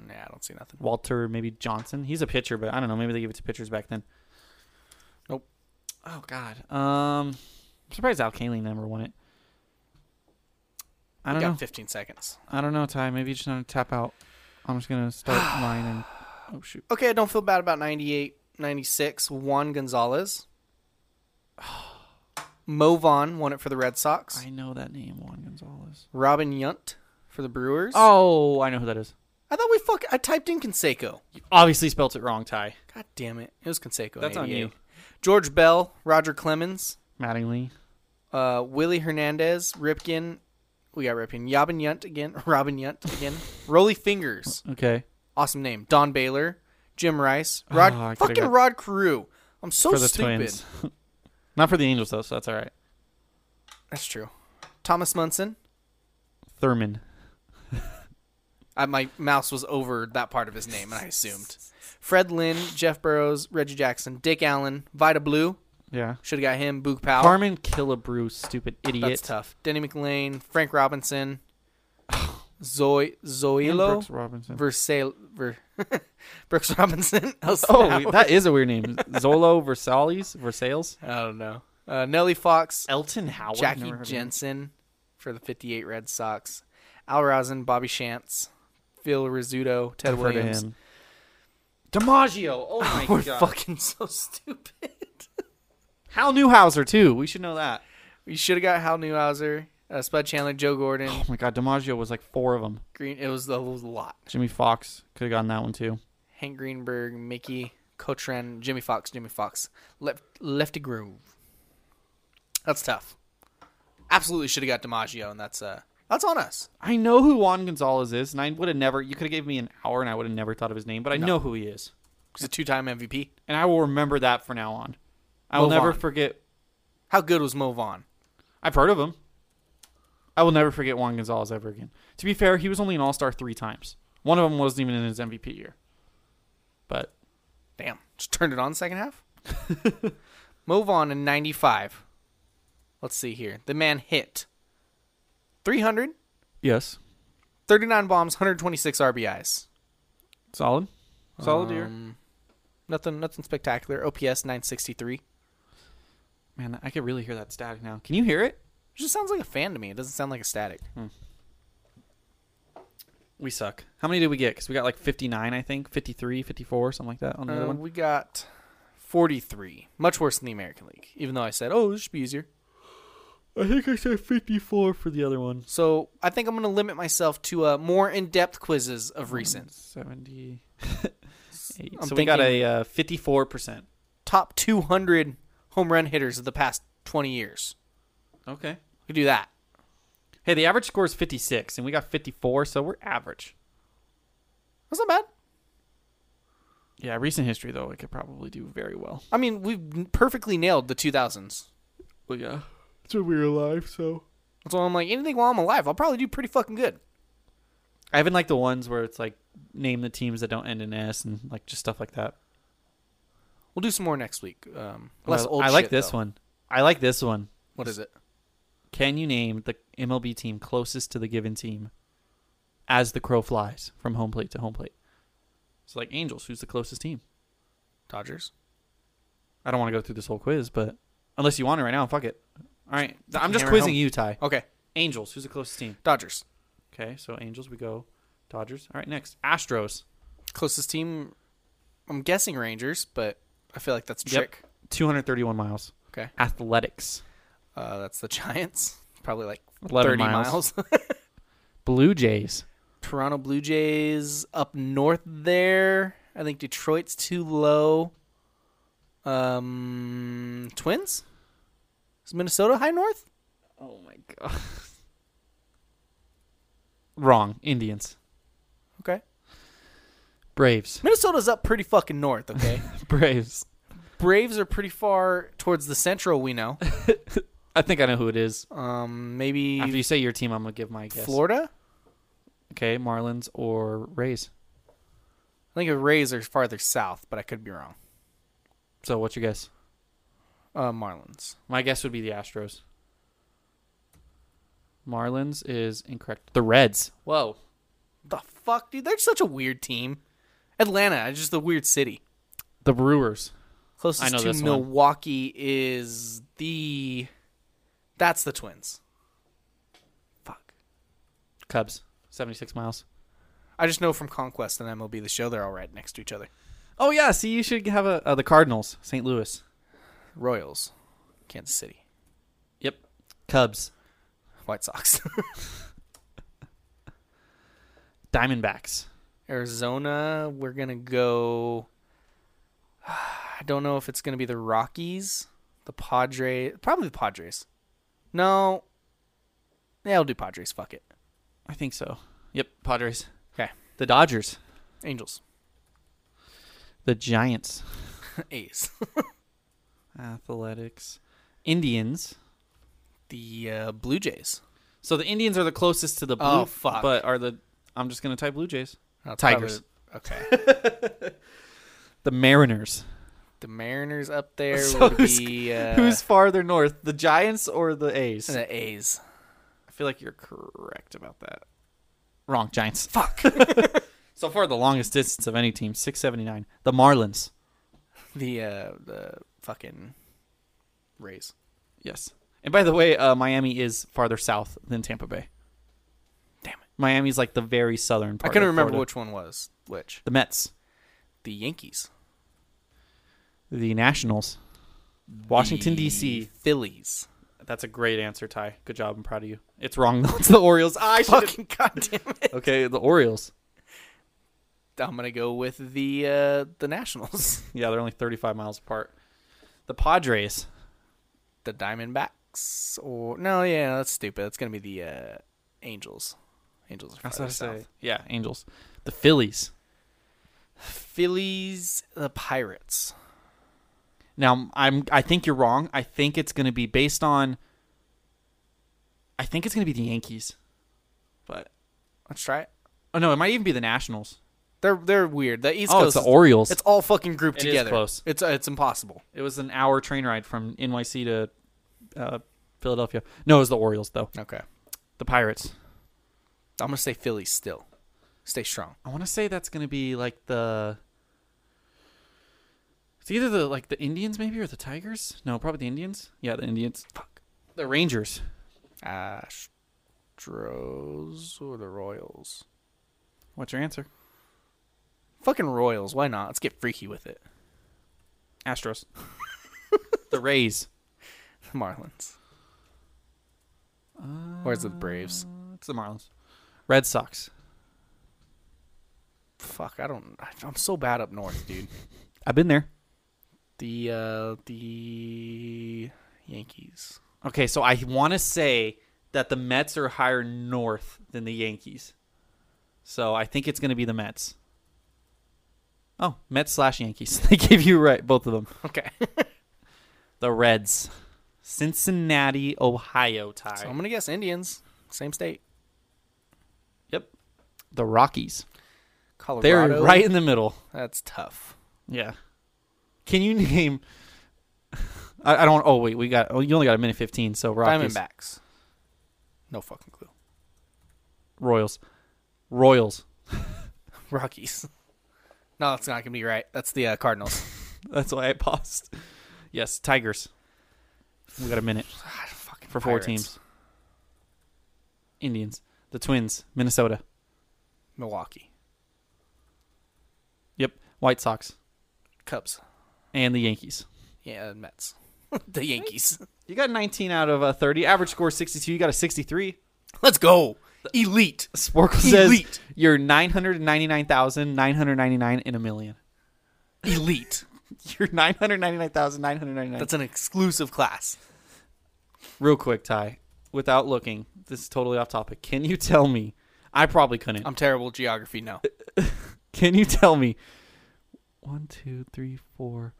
Nah, I don't see nothing. Walter, maybe Johnson. He's a pitcher, but I don't know. Maybe they gave it to pitchers back then. Nope. Oh God. Um, I'm surprised Al Kaling never won it. I don't We got know. 15 seconds. I don't know, Ty. Maybe you just want to tap out. I'm just gonna <sighs> start mine and oh shoot. Okay, I don't feel bad about 98, 96. Juan <sighs> Gonzalez. Mo Vaughn won it for the Red Sox. I know that name, Juan Gonzalez. Robin Yount for the Brewers. Oh, I know who that is. I thought we fuck. I typed in Conseco. You obviously spelt it wrong, Ty. God damn it! It was Conseco. in That's on 88. you. George Bell, Roger Clemens, Mattingly. uh, Willie Hernandez, Ripken. We got Ripken. Robin Yount again. <laughs> Robin Yount again. Roly Fingers. Okay. Awesome name. Don Baylor, Jim Rice, Oh, Rod. I could've fucking got- Rod Carew. I'm so for the stupid. twins. <laughs> Not for the Angels though, so that's all right. That's true. Thomas Munson. Thurman. I, my mouse was over that part of his name, and I assumed. Fred Lynn, Jeff Burrows, Reggie Jackson, Dick Allen, Vita Blue. Yeah. Should have got him. Boog Powell. Carmen Killebrew, stupid idiot. That's tough. Denny McLean, Frank Robinson, <sighs> Zoe And Zoilo, Brooks Robinson. Versail, Ver, <laughs> Brooks Robinson. <laughs> El oh, Sal- that is a weird name. <laughs> Zolo Versailles. Versailles. I don't know. Uh, Nellie Fox, Elton Howard. Jackie Never heard of him. Jensen for the '58 Red Sox, Al Rosen, Bobby Shantz, Phil Rizzuto, Ted I've heard of Williams. him. DiMaggio. <laughs> Oh my We're god. <laughs> fucking so stupid. Hal Newhouser too. We should know that. We should have got Hal Newhouser, uh, Spud Chandler, Joe Gordon, Oh my god, DiMaggio was like four of them. Green. It was a lot. Jimmy Fox could have gotten that one too. Hank Greenberg, Mickey Cotran, Jimmy Fox, Jimmy Fox, Left, Lefty Groove. That's tough. Absolutely should have got DiMaggio, and that's uh, that's on us. I know who Juan Gonzalez is, and I would have never. You could have gave me an hour, and I would have never thought of his name, but I know who he is, He's a two-time MVP. and I will remember that from now on. I will Move never on. forget. How good was Mo Vaughn? I've heard of him. I will never forget Juan Gonzalez ever again. To be fair, he was only an All Star three times. One of them wasn't even in his MVP year. But Damn, just turned it on the second half. Mo Vaughn in '95. Let's see here. The man hit 300, yes, 39 bombs, 126 RBIs. Solid. Um, Solid year. Um, Nothing, nothing spectacular. OPS 963. Man, I can really hear that static now. Can you hear it? just sounds like a fan to me. It doesn't sound like a static. We suck. How many did we get? Because we got like 59, I think. 53, 54, something like that on the Uh, other one. we got 43. Much worse than the American League, even though I said, oh, this should be easier. I think I said 54 for the other one. So I think I'm going to limit myself to uh, more in depth quizzes of recent. 78. <laughs> I'm so we got thinking- a uh, 54%. Top 200 home run hitters of the past 20 years. Okay. We could do that. Hey, the average score is 56, and we got 54, so we're average. That's not bad. Yeah, recent history, though, it could probably do very well. I mean, we've perfectly nailed the 2000s. Well, yeah. That's when we were alive, so. So I'm like, anything while I'm alive, I'll probably do pretty fucking good. I even like the ones where it's like name the teams that don't end in S and like just stuff like that. We'll do some more next week. Um, Oh, less I, old I like shit, this though. one. I like this one. What is it? Can you name the MLB team closest to the given team as the crow flies from home plate to home plate? So like Angels, who's the closest team? Dodgers. I don't want to go through this whole quiz, but unless you want it right now, fuck it. All right, I'm just Hammer quizzing home. you, Ty. Okay. Angels, who's the closest team? Dodgers. Okay, so Angels, we go Dodgers. All right, next Astros. Closest team, I'm guessing Rangers, but I feel like that's a Yep. trick. 231 miles. Okay. Athletics. Uh, that's the <laughs> Giants. Probably like 11 30 miles. miles. <laughs> Blue Jays. Toronto Blue Jays up north there. I think Detroit's too low. Um, Twins? Is Minnesota high north? Oh my god. <laughs> Wrong. Indians. Okay. Braves. <laughs> Minnesota's up pretty fucking north, okay? Braves. Braves are pretty far towards the central, we <laughs> know. I think I know who it is. Um, maybe After you say your team, I'm gonna give my guess. Florida? Okay, Marlins or Rays. I think the Rays are farther south, but I could be wrong. So what's your guess? Uh, Marlins. My guess would be the Astros. Marlins is incorrect. The Reds. Whoa. The fuck, dude? They're such a weird team. Atlanta is just a weird city. The Brewers. Closest I know to this one. Milwaukee is the. That's the Twins. Fuck. Cubs. 76 miles. I just know from Conquest and MLB the show they're all right next to each other. Oh yeah. See, you should have a uh, the Cardinals. St. Louis. Royals, Kansas City, Yep. Cubs. White Sox, <laughs> Diamondbacks. Arizona. We're gonna go. <sighs> I don't know if it's gonna be the Rockies, the Padres, probably the Padres. No. Yeah, I'll do Padres. Fuck it. I think so. Yep. Padres. Okay. The Dodgers. Angels, <laughs> The Giants. A's, <laughs> Athletics. Indians. the uh, Blue Jays. So the Indians are the closest to the blue. Oh, fuck. But are the I'm just gonna type Blue Jays. That's Tigers. probably- okay. The Mariners. The Mariners up there <laughs> So would who's- be uh, Who's farther north, the Giants or the A's? the A's. I feel like you're correct about that. Wrong, Giants. Fuck. <laughs> So far, the longest distance of any team, six seventy nine. The Marlins. the uh, the fucking Rays. Yes. And by the way, uh, Miami is farther south than Tampa Bay. Damn it. Miami's like the very southern part. I couldn't of remember Florida. which one was which. The Mets, The Yankees. the Nationals, Washington The D.C. <laughs> Phillies. That's a great answer, Ty. Good job. I'm proud of you. It's wrong though. <laughs> It's the Orioles. I should. <laughs> Fucking goddamn it. Okay, the Orioles. I'm gonna go with the uh, the Nationals. <laughs> Yeah, they're only 35 miles apart. The Padres. the Diamondbacks or no, yeah, that's stupid. That's gonna be the uh, Angels. Angels are farther south. Yeah, Angels. The Phillies. Phillies, the Pirates. Now, I'm I think you're wrong. I think it's going to be based on I think it's going to be the Yankees. But Let's try it. Oh no, it might even be the Nationals. They're they're weird. The East Oh, Coast it's the is- Orioles. It's all fucking grouped It is together. close. It's uh, it's impossible. It was an hour train ride from NYC to uh, Philadelphia. No, it was the Orioles though. Okay. The Pirates. I'm gonna say Philly still. Stay strong. I want to say that's going to be like the. It's either the like the Indians maybe or the Tigers. No, probably the Indians. Yeah, the Indians. Fuck. The Rangers. Astros or the Royals? What's your answer? Fucking Royals. Why not? Let's get freaky with it. <laughs> Astros. <laughs> the Rays. Marlins. Where's the Braves? It's the Marlins. Red Sox. Fuck, I don't. I- I'm so bad up north, dude. I've been there. The uh the Yankees. Okay, so I want to say that the Mets are higher north than the Yankees. So I think it's going to be the Mets. Oh, Mets slash Yankees. <laughs> They gave you right, both of them. Okay. <laughs> The Reds. Cincinnati, Ohio tie. So I'm gonna guess Indians. Same state. yep. The Rockies. They're Colorado. right in the middle. That's tough. Yeah. Can you name. <laughs> I, I don't. Oh, wait. We got. Oh, you only got a minute 15, so Rockies. Diamondbacks. No fucking clue. Royals. Royals. Rockies. <laughs> No, that's not gonna be right. That's the uh, Cardinals. <laughs> <sighs> That's why I paused. Yes, Tigers. We got a minute fucking for four Pirates. teams. Indians, the Twins, Minnesota. Milwaukee Yep, White Sox Cubs. and the Yankees. Yeah, Mets. <laughs> the Yankees. <laughs> You got 19 out of uh, 30. Average score 62. You got a 63. Let's go. <laughs> Elite. Sporkle says Elite. you're 999,999 in a million. <laughs> Elite. You're 999,999. That's an exclusive class. real quick, Ty. Without looking, this is totally off topic. Can you tell me? I probably couldn't. I'm terrible at <laughs> geography. No. Can you tell me? One, two, three, four,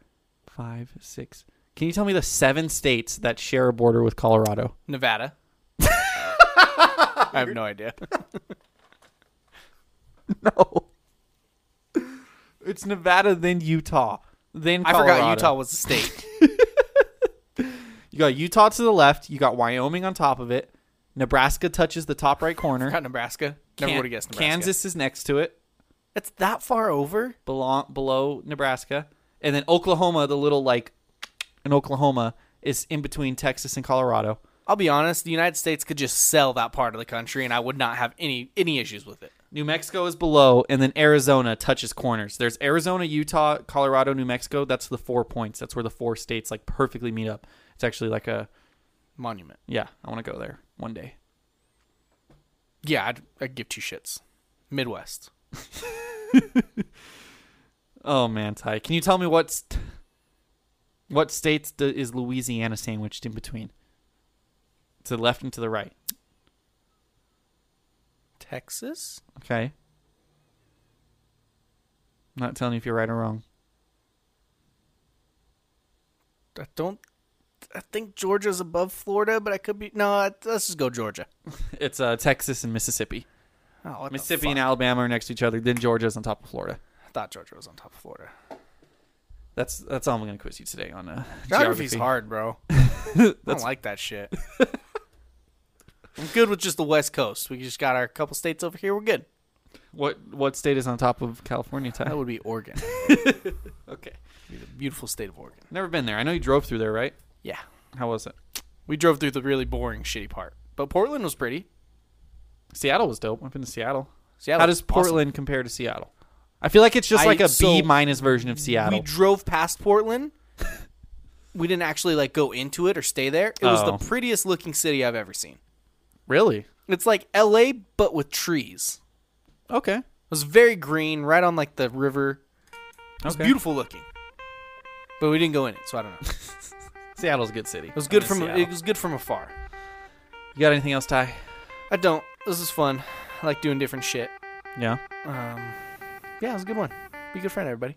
five, six. Can you tell me the seven states that share a border with Colorado? Nevada. <laughs> I have no idea. No. It's Nevada, then Utah, then I Colorado. forgot Utah was a <laughs> state. You got Utah to the left. You got Wyoming on top of it. Nebraska touches the top right <laughs> corner. Not Nebraska. Never Kan- would have guessed Nebraska. Kansas is next to it, It's that far over. below, below Nebraska, and then Oklahoma, the little like in Oklahoma, is in between Texas and Colorado. I'll be honest. The United States could just sell that part of the country, and I would not have any any issues with it. New Mexico is below, and then Arizona touches corners. There's Arizona, Utah, Colorado, New Mexico. That's the four points. That's where the four states like perfectly meet up. It's actually like a Monument. yeah. I want to go there one day. Yeah, I'd, I'd give two shits. Midwest. Oh man, Ty, can you tell me what's what states do, is Louisiana sandwiched in between? To the left and to the right. Texas. Okay. I'm not telling you if you're right or wrong. <laughs> I don't. I think Georgia's above Florida, but I could be. No, I- let's just go Georgia. It's uh, Texas and Mississippi. Oh, what the Mississippi fuck? and Alabama are next to each other. Then Georgia's on top of Florida. I thought Georgia was on top of Florida. That's that's all I'm going to quiz you today on <laughs> uh, Geography's geography. <laughs> hard, bro. I don't like that shit. I'm good with just the West Coast. We just got our couple states over here. We're good. What what state is on top of California? That Ty? would be Oregon. <laughs> Okay, Be the beautiful state of Oregon. never been there. I know you drove through there, right? Yeah. How was it? We drove through the really boring, shitty part. But Portland was pretty. Seattle was dope. I've been to Seattle. Seattle How does was awesome. Portland compare to Seattle? I feel like it's just I- like a B so minus version of Seattle. We drove past Portland. we didn't actually like go into it or stay there. It was Oh. the prettiest looking city I've ever seen. really? It's like LA but with trees. Okay. It was very green, right on like the river. It was Okay. beautiful looking. But we didn't go in it, so I don't know. It Seattle's a good city. It was <laughs> good from it was good from afar. You got anything else, Ty? I don't. This is fun. I like doing different shit. Um, Yeah. Yeah, it was a good one. Be a good friend, everybody.